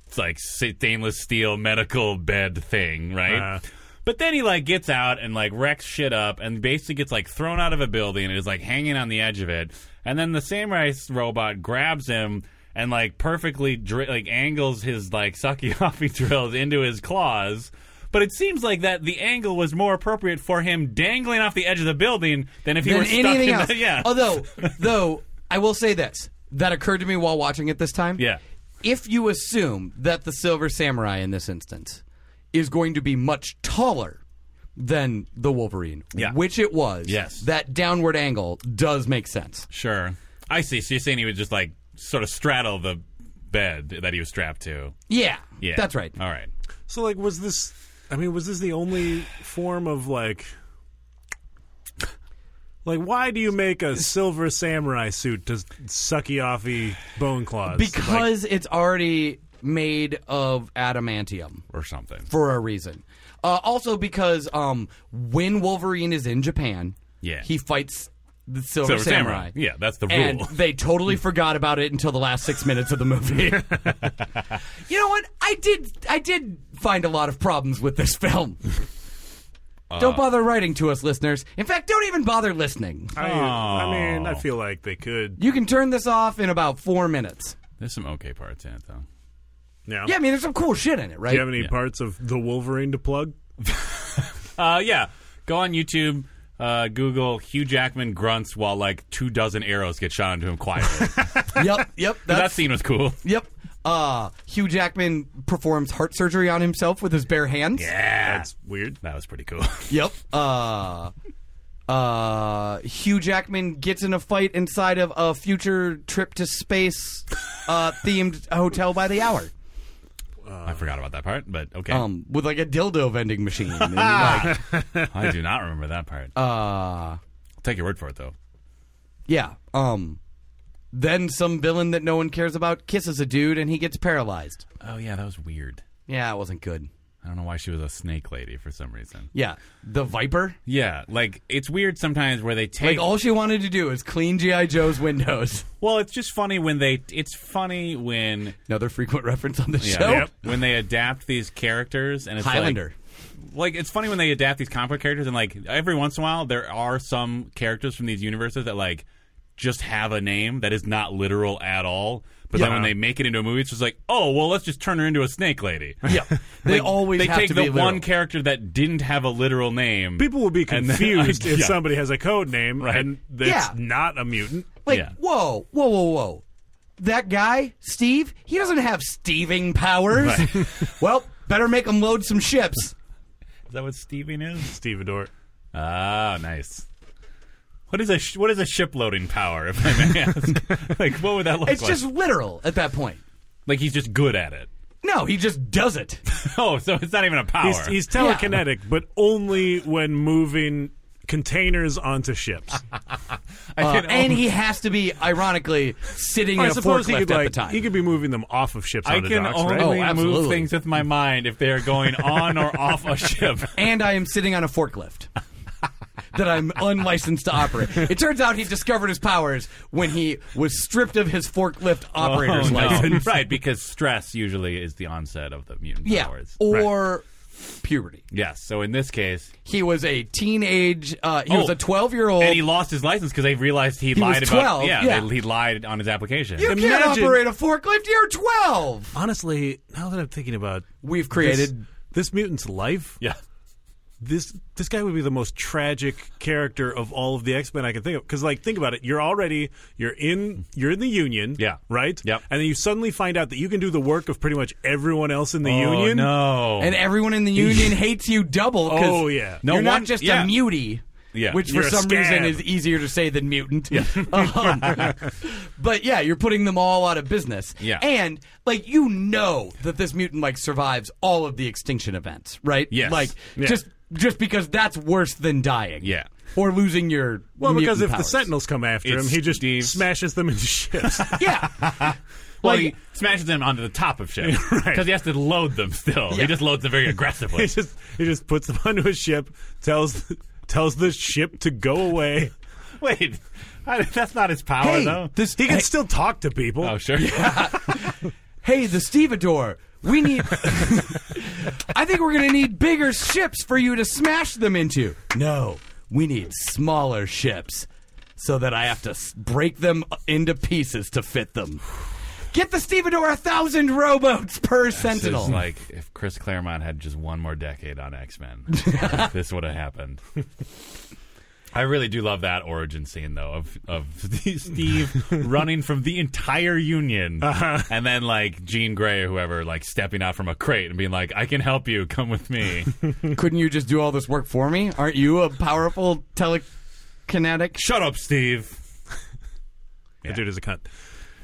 Speaker 2: it's like stainless steel medical bed thing, right?
Speaker 1: Uh-huh.
Speaker 2: But then he like gets out and like wrecks shit up and basically gets like thrown out of a building and is like hanging on the edge of it. And then the samurai robot grabs him and like perfectly dri- like angles his like [laughs] sukiyafi drills into his claws. But it seems like that the angle was more appropriate for him dangling off the edge of the building than if he
Speaker 3: Than
Speaker 2: were stuck
Speaker 3: anything
Speaker 2: in
Speaker 3: else.
Speaker 2: the [laughs] yeah.
Speaker 3: Although, though, I will say this that occurred to me while watching it this time.
Speaker 2: Yeah.
Speaker 3: If you assume that the Silver Samurai in this instance is going to be much taller than the Wolverine,
Speaker 2: Yeah.
Speaker 3: which it was,
Speaker 2: Yes.
Speaker 3: that downward angle does make sense.
Speaker 2: Sure. I see. So you're saying he would just like sort of straddle the bed that he was strapped to.
Speaker 3: Yeah.
Speaker 2: Yeah.
Speaker 3: That's right.
Speaker 2: All right.
Speaker 1: So like, was this? I mean, was this the only form of like? Like, why do you make a silver samurai suit to sukiyafi bone claws? Like,
Speaker 3: because it's already made of adamantium.
Speaker 2: Or something.
Speaker 3: for a reason. Uh, also because um, when Wolverine is in Japan,
Speaker 2: Yeah.
Speaker 3: he fights the Silver,
Speaker 2: Silver
Speaker 3: Samurai.
Speaker 2: Samurai. Yeah, that's the
Speaker 3: And
Speaker 2: rule.
Speaker 3: they totally forgot about it until the last six minutes of the movie. you know what? I did. I did find a lot of problems with this film. don't bother writing to us, listeners. In fact, don't even bother listening.
Speaker 1: I, I mean,
Speaker 2: Oh.
Speaker 1: I feel like they could.
Speaker 3: You can turn this off in about four minutes.
Speaker 2: There's some okay parts in it, though.
Speaker 1: Yeah.
Speaker 3: Yeah, I mean, there's some cool shit in it, right?
Speaker 1: do you have any parts of the Wolverine to plug?
Speaker 2: Uh, yeah. Go on YouTube. Uh, Google Hugh Jackman grunts while like two dozen arrows get shot into him [laughs] quietly.
Speaker 3: yep, yep.
Speaker 2: that
Speaker 3: That's,
Speaker 2: scene was [laughs] cool.
Speaker 3: Yep. Uh, Hugh Jackman performs heart surgery on himself with his bare hands.
Speaker 2: Yeah,
Speaker 1: That's weird.
Speaker 2: that was pretty cool. [laughs]
Speaker 3: Yep. Uh, uh, Hugh Jackman gets in a fight inside of a future trip to space uh, themed hotel by the hour.
Speaker 2: I forgot about that part, but okay.
Speaker 3: Um, with like a dildo vending machine. And, like,
Speaker 2: I do not remember that [laughs] part.
Speaker 3: uh,
Speaker 2: I'll take your word for it, though.
Speaker 3: [laughs] yeah. Um, then some villain that no one cares about kisses a dude and he gets paralyzed.
Speaker 2: Oh yeah, that was weird.
Speaker 3: Yeah, it wasn't good.
Speaker 2: I don't know why she was a snake lady for some reason.
Speaker 3: Yeah. The Viper.
Speaker 2: Yeah, like it's weird sometimes where they take
Speaker 3: Like all she wanted to do is clean GI Joe's windows.
Speaker 2: Well, it's just funny when they. It's funny when
Speaker 3: Another frequent [laughs] reference on the
Speaker 2: yeah,
Speaker 3: show.
Speaker 1: Yep.
Speaker 2: when they adapt these characters and it's
Speaker 3: Highlander.
Speaker 2: Like, like it's funny when they adapt these comic book characters and like every once in a while there are some characters from these universes that like just have a name that is not literal at all. But then
Speaker 1: Yeah.
Speaker 2: when they make it into a movie, it's just like, oh well, let's just turn her into a snake lady. [laughs]
Speaker 3: Yeah, they
Speaker 2: Like,
Speaker 3: always
Speaker 2: they
Speaker 3: have
Speaker 2: take
Speaker 3: to
Speaker 2: the
Speaker 3: be literal.
Speaker 2: one character that didn't have a literal name.
Speaker 1: People will be
Speaker 2: And then- [laughs]
Speaker 1: confused if
Speaker 2: Yeah.
Speaker 1: somebody has a code name
Speaker 2: Right.
Speaker 1: and it's
Speaker 3: Yeah.
Speaker 1: not a mutant.
Speaker 3: Like,
Speaker 2: Yeah.
Speaker 3: whoa, whoa, whoa, whoa! That guy, Steve, he doesn't have steving powers. [laughs] well, better make him load some ships.
Speaker 2: Is that what Steven is?
Speaker 1: Stevedore.
Speaker 2: Ah, nice. What is a sh- what is a ship loading power? If I may ask, [laughs] like what would that look
Speaker 3: It's
Speaker 2: like?
Speaker 3: just literal at that point.
Speaker 2: Like he's just good at it.
Speaker 3: No, he just does it.
Speaker 2: [laughs] Oh, so it's not even a power.
Speaker 1: He's, he's telekinetic, but only when moving containers onto
Speaker 2: Ah.
Speaker 1: ships.
Speaker 2: I
Speaker 3: Uh,
Speaker 2: can
Speaker 3: and
Speaker 2: only,
Speaker 3: he has to be, ironically, sitting
Speaker 1: I
Speaker 3: in a
Speaker 1: suppose he
Speaker 3: forklift
Speaker 1: could
Speaker 3: at
Speaker 1: like
Speaker 3: the time.
Speaker 1: he could be moving them off of ships
Speaker 2: I
Speaker 1: onto
Speaker 2: can
Speaker 1: docks,
Speaker 2: only
Speaker 1: right?
Speaker 3: Oh,
Speaker 2: move
Speaker 3: absolutely.
Speaker 2: things with my mind if they're going on or off a ship.
Speaker 3: and I am sitting on
Speaker 2: [laughs]
Speaker 3: a forklift that I'm unlicensed to operate. It turns out he discovered his powers when he was stripped of his forklift [laughs] operator's
Speaker 2: [laughs] Oh, no.
Speaker 3: license.
Speaker 2: right? Because stress usually is the onset of the mutant
Speaker 3: Yeah,
Speaker 2: powers.
Speaker 3: or puberty.
Speaker 2: Yes. So in this case,
Speaker 3: He was a teenage. Uh, he
Speaker 2: Oh,
Speaker 3: was a twelve-year-old.
Speaker 2: and he lost his license because they realized he, lied
Speaker 3: was
Speaker 2: about.
Speaker 3: 12,
Speaker 2: yeah,
Speaker 3: yeah.
Speaker 2: They, he lied on his application.
Speaker 3: you can't
Speaker 1: Imagine-
Speaker 3: operate a forklift. You're twelve.
Speaker 1: Honestly, now that I'm thinking about
Speaker 3: We've created.
Speaker 1: this mutant's life,
Speaker 2: yeah.
Speaker 1: this this guy would be the most tragic character of all of the X Men I can think of. Because like, think about it. You're already you're in you're in the Union.
Speaker 2: Yeah.
Speaker 1: Right.
Speaker 2: Yep.
Speaker 1: And then you suddenly find out that you can do the work of pretty much everyone else in the
Speaker 2: Oh,
Speaker 1: Union.
Speaker 2: no.
Speaker 3: and everyone in
Speaker 2: [laughs]
Speaker 3: the union hates you double. 'cause
Speaker 1: Oh, yeah. No
Speaker 3: you're not
Speaker 2: one-
Speaker 3: just
Speaker 2: yeah.
Speaker 3: a mutie.
Speaker 2: Yeah.
Speaker 3: which
Speaker 1: You're
Speaker 3: for
Speaker 1: a
Speaker 3: some reason
Speaker 1: scab.
Speaker 3: is easier to say than mutant. [laughs] Um,
Speaker 2: [laughs]
Speaker 3: but yeah, you're putting them all out of business.
Speaker 2: Yeah.
Speaker 3: and like you know that this mutant like survives all of the extinction events, right?
Speaker 2: Yes.
Speaker 3: like
Speaker 2: Yeah.
Speaker 3: just just because that's worse than dying.
Speaker 2: Yeah.
Speaker 3: or losing your
Speaker 1: Well, because if
Speaker 3: mutant
Speaker 1: the
Speaker 3: powers.
Speaker 1: Sentinels come after
Speaker 2: It's
Speaker 1: him, he just
Speaker 2: Steve's-
Speaker 1: smashes them into [laughs] ships.
Speaker 2: [laughs]
Speaker 3: yeah,
Speaker 2: Well,
Speaker 3: like-
Speaker 2: he smashes them onto the top of
Speaker 3: [laughs]
Speaker 2: ships because
Speaker 1: Right.
Speaker 2: he has to load them still. He
Speaker 3: Yeah.
Speaker 2: just loads them very aggressively.
Speaker 3: [laughs]
Speaker 1: he just he just puts them [laughs] onto a ship, tells tells the ship to go away.
Speaker 2: [laughs] Wait, I, that's not his power,
Speaker 3: Hey,
Speaker 2: though.
Speaker 3: this
Speaker 1: He can
Speaker 3: hey,
Speaker 1: still talk to people.
Speaker 2: oh, sure.
Speaker 3: hey, the stevedore, we need. I think we're going to need bigger ships for you to smash them into. No, we need smaller ships so that I have to s- break them uh, into pieces to fit them. Get the stevedore a thousand rowboats per
Speaker 2: This is
Speaker 3: sentinel.
Speaker 2: like if Chris Claremont had just one more decade on X Men, this would have happened. I really do love that origin scene though of of [laughs] Steve running from the entire union, and then like Jean Grey or whoever like stepping out from a crate and being like, "I can help you. Come with me."
Speaker 3: Couldn't you just do all this work for me? Aren't you a powerful telekinetic?
Speaker 2: Shut up, Steve.
Speaker 1: The dude is a cunt.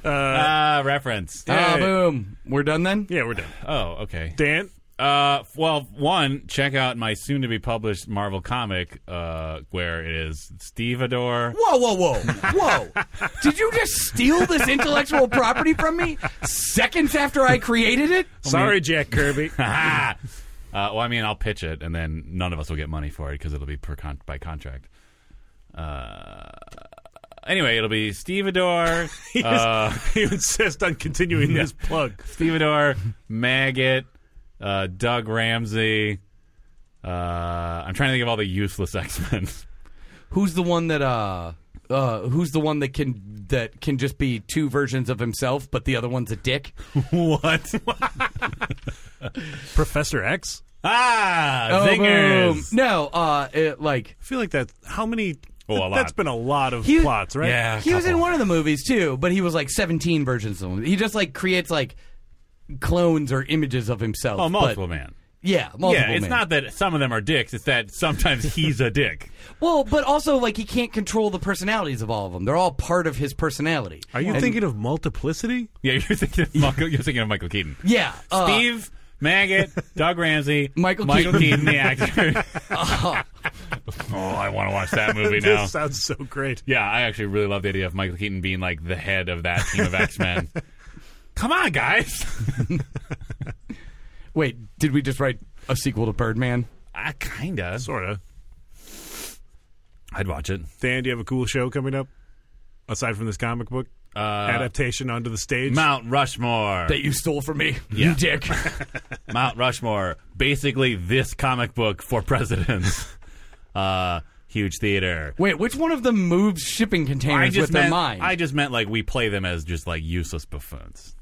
Speaker 2: Ah, reference.
Speaker 3: Ah,
Speaker 1: Hey.
Speaker 3: boom. We're done then?
Speaker 1: Yeah, we're done.
Speaker 2: Oh, okay.
Speaker 1: Dan,
Speaker 2: Uh, well, one, check out my soon-to-be published Marvel comic, uh, where it is Stevedore.
Speaker 3: Whoa, whoa, whoa, whoa. Did you just steal this intellectual property from me seconds after I created it?
Speaker 1: sorry, Jack
Speaker 2: [laughs]
Speaker 1: Kirby. [laughs]
Speaker 2: Ah! Uh, well, I mean, I'll pitch it, and then none of us will get money for it because it'll be per con- by contract. Uh, anyway, it'll be
Speaker 3: [laughs]
Speaker 2: Stevedore,
Speaker 1: He just- you insist on continuing this plug.
Speaker 2: Stevedore, Maggot, uh, Doug Ramsey. Uh, I'm trying to think of all the useless [laughs] X-Men.
Speaker 3: Who's the one that uh uh who's the one that can that can just be two versions of himself but the other one's a dick?
Speaker 2: what?
Speaker 1: Professor X.
Speaker 2: ah,
Speaker 3: Oh, boom.
Speaker 2: zingers.
Speaker 3: No, uh it, like
Speaker 1: I feel like that. How many?
Speaker 2: Oh, a
Speaker 1: th-
Speaker 2: lot.
Speaker 1: That's been a lot of
Speaker 3: He-
Speaker 1: plots, right?
Speaker 2: Yeah.
Speaker 3: he was in
Speaker 2: couple.
Speaker 3: one of the movies too, but he was like 17 versions of him. He just like creates like clones or images of himself.
Speaker 2: Oh,
Speaker 3: but-
Speaker 2: multiple man.
Speaker 3: yeah, multiple.
Speaker 2: Yeah, it's
Speaker 3: man.
Speaker 2: not that some of them are dicks. It's that sometimes he's a dick. [laughs]
Speaker 3: Well, but also like he can't control the personalities of all of them. They're all part of his personality.
Speaker 1: Are you thinking of multiplicity?
Speaker 2: Yeah, you're thinking of Michael, you're thinking of Michael Keaton.
Speaker 3: Yeah. uh,
Speaker 2: Steve Maggot, Doug Ramsey,
Speaker 3: Michael
Speaker 2: Keaton, the actor. oh, I want to watch
Speaker 1: [laughs]
Speaker 2: that movie now.
Speaker 1: This sounds so great.
Speaker 2: Yeah, I actually really love the idea of Michael Keaton being like the head of that team of X Men. Come on, guys.
Speaker 3: Wait, did we just write a sequel to Birdman?
Speaker 2: I kinda.
Speaker 1: Sorta.
Speaker 2: I'd watch it.
Speaker 1: Dan, do you have a cool show coming up aside from this comic book
Speaker 2: Uh,
Speaker 1: adaptation onto the stage?
Speaker 2: Mount Rushmore.
Speaker 3: That you stole from me, [laughs] you dick.
Speaker 2: Mount Rushmore, basically this comic book for presidents. Uh, huge theater.
Speaker 3: Wait, which one of them moves shipping containers
Speaker 2: I just
Speaker 3: with
Speaker 2: meant,
Speaker 3: their mind?
Speaker 2: I just meant like we play them as just like useless buffoons.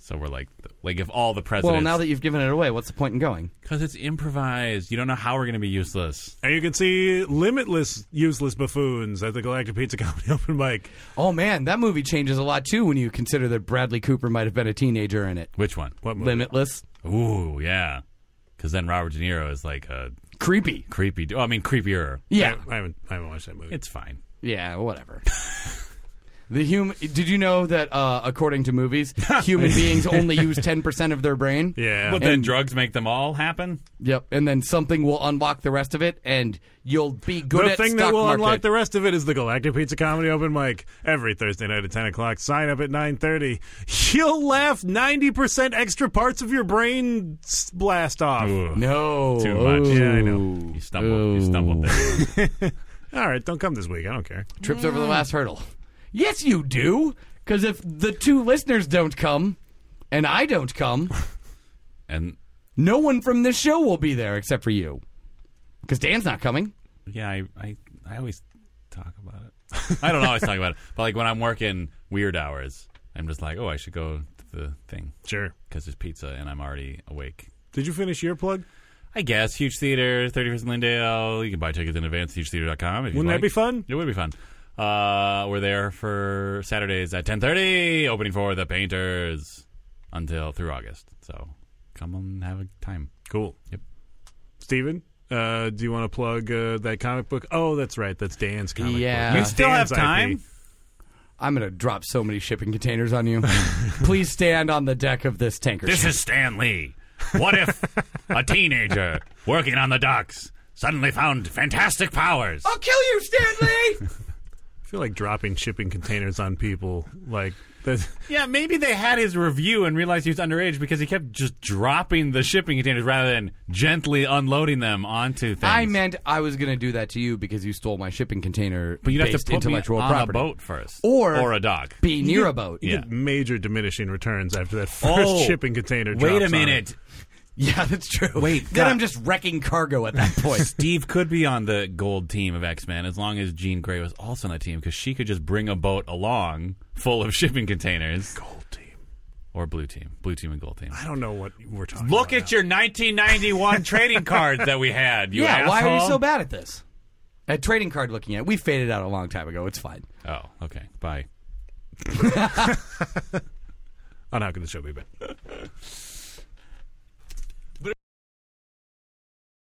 Speaker 2: So we're like, like if all the presidents,
Speaker 3: well,
Speaker 2: [laughs]
Speaker 3: now that you've given it away, what's the point in going?
Speaker 2: because it's improvised, you don't know how we're going to be useless.
Speaker 1: And you can see limitless useless buffoons at the Galactic Pizza Comedy [laughs] Open Mic.
Speaker 3: Oh man, that movie changes a lot too when you consider that Bradley Cooper might have been a teenager in it.
Speaker 2: Which one?
Speaker 1: What movie?
Speaker 3: Limitless,
Speaker 2: Ooh, yeah. Because then Robert De Niro is like a
Speaker 3: creepy.
Speaker 2: creepy. d- Oh, I mean,
Speaker 3: [laughs]
Speaker 2: creepier.
Speaker 3: Yeah,
Speaker 1: I haven't, I haven't watched that movie.
Speaker 2: It's fine.
Speaker 3: yeah, whatever. [laughs] The human. Did you know that uh, according to [laughs] movies, human beings only use ten percent of their brain?
Speaker 1: yeah.
Speaker 2: But then
Speaker 3: And-
Speaker 2: drugs make them all happen.
Speaker 3: Yep, and then something will unlock the rest of it, and you'll be good
Speaker 1: the
Speaker 3: at
Speaker 1: thing
Speaker 3: stock
Speaker 1: that will
Speaker 3: market.
Speaker 1: unlock the rest of it is the Galactic Pizza Comedy Open Mic every Thursday night at 10 o'clock. Sign up at 9.30. You'll laugh 90% extra parts of your brain s- blast off.
Speaker 2: Ooh,
Speaker 3: no,
Speaker 2: Too much.
Speaker 3: Oh.
Speaker 1: Yeah, I know.
Speaker 2: You stumbled. You stumbled. There.
Speaker 1: All right, don't come this week. I don't care.
Speaker 3: Trips over the last hurdle. Yes, you do. Because if the two listeners don't come, and I
Speaker 2: [laughs]
Speaker 3: don't come,
Speaker 2: And
Speaker 3: no one from this show will be there except for you. Because Dan's not coming.
Speaker 2: Yeah, I, I, I always talk about it. [laughs] I don't always talk about it, but like when I'm working weird hours, I'm just like, oh, I should go to the thing
Speaker 1: Sure.
Speaker 2: because there's pizza and I'm already awake.
Speaker 1: Did you finish your plug?
Speaker 2: I guess Huge Theater, 31st and Lindale. You can buy tickets in advance, hugetheater.com. If you
Speaker 1: Wouldn't that
Speaker 2: like.
Speaker 1: be fun?
Speaker 2: It would be fun. Uh, we're there for Saturdays at 10:30, opening for the Painters until through August. So come and have a time.
Speaker 1: Cool.
Speaker 2: Yep.
Speaker 1: Steven, uh, do you want to plug uh, that comic book? Oh, that's right. That's Dan's comic
Speaker 3: Yeah.
Speaker 1: book.
Speaker 3: We
Speaker 1: That's
Speaker 2: still have
Speaker 1: Uh, Dan's IP.
Speaker 2: time?
Speaker 3: I'm gonna drop so many shipping containers
Speaker 2: [laughs]
Speaker 3: on you. Please stand on the deck of this tanker.
Speaker 2: This
Speaker 3: ship.
Speaker 2: is Stan Lee. What if a teenager working on the docks suddenly found fantastic powers?
Speaker 3: I'll kill you,
Speaker 2: [laughs]
Speaker 3: Stanley.
Speaker 1: I feel like dropping shipping containers on people. Like, that's-
Speaker 2: Yeah, maybe they had his review and realized he was underage because he kept just dropping the shipping containers rather than gently unloading them onto things.
Speaker 3: I meant I was gonna do that to you because you stole my shipping container.
Speaker 2: but you'd have to put
Speaker 3: intellectual
Speaker 2: me on
Speaker 3: property.
Speaker 2: a boat first,
Speaker 3: Or-
Speaker 2: or a dock.
Speaker 3: Be near a boat.
Speaker 2: Yeah.
Speaker 1: major diminishing returns after that first
Speaker 2: Oh,
Speaker 1: shipping container.
Speaker 2: Wait
Speaker 1: drops
Speaker 2: a
Speaker 1: on
Speaker 2: minute,
Speaker 3: [laughs] Yeah, that's true.
Speaker 2: Wait,
Speaker 3: then
Speaker 2: God.
Speaker 3: I'm just wrecking cargo
Speaker 2: [laughs]
Speaker 3: at that point.
Speaker 2: Steve could be on the gold team of X Men as long as Jean Grey was also on that team because she could just bring a boat along full of [laughs] shipping containers,
Speaker 1: it. Gold team.
Speaker 2: or blue team, blue team and gold team.
Speaker 1: I don't know what we're talking.
Speaker 2: Look
Speaker 1: about
Speaker 2: at your
Speaker 3: [laughs]
Speaker 2: 1991 trading card that we had. You
Speaker 3: yeah, why are you
Speaker 2: asshole.
Speaker 3: so bad at this? At trading card looking at, it. we faded out a long time ago. It's fine.
Speaker 2: Oh, okay. Bye.
Speaker 1: now. on how can the show be bad?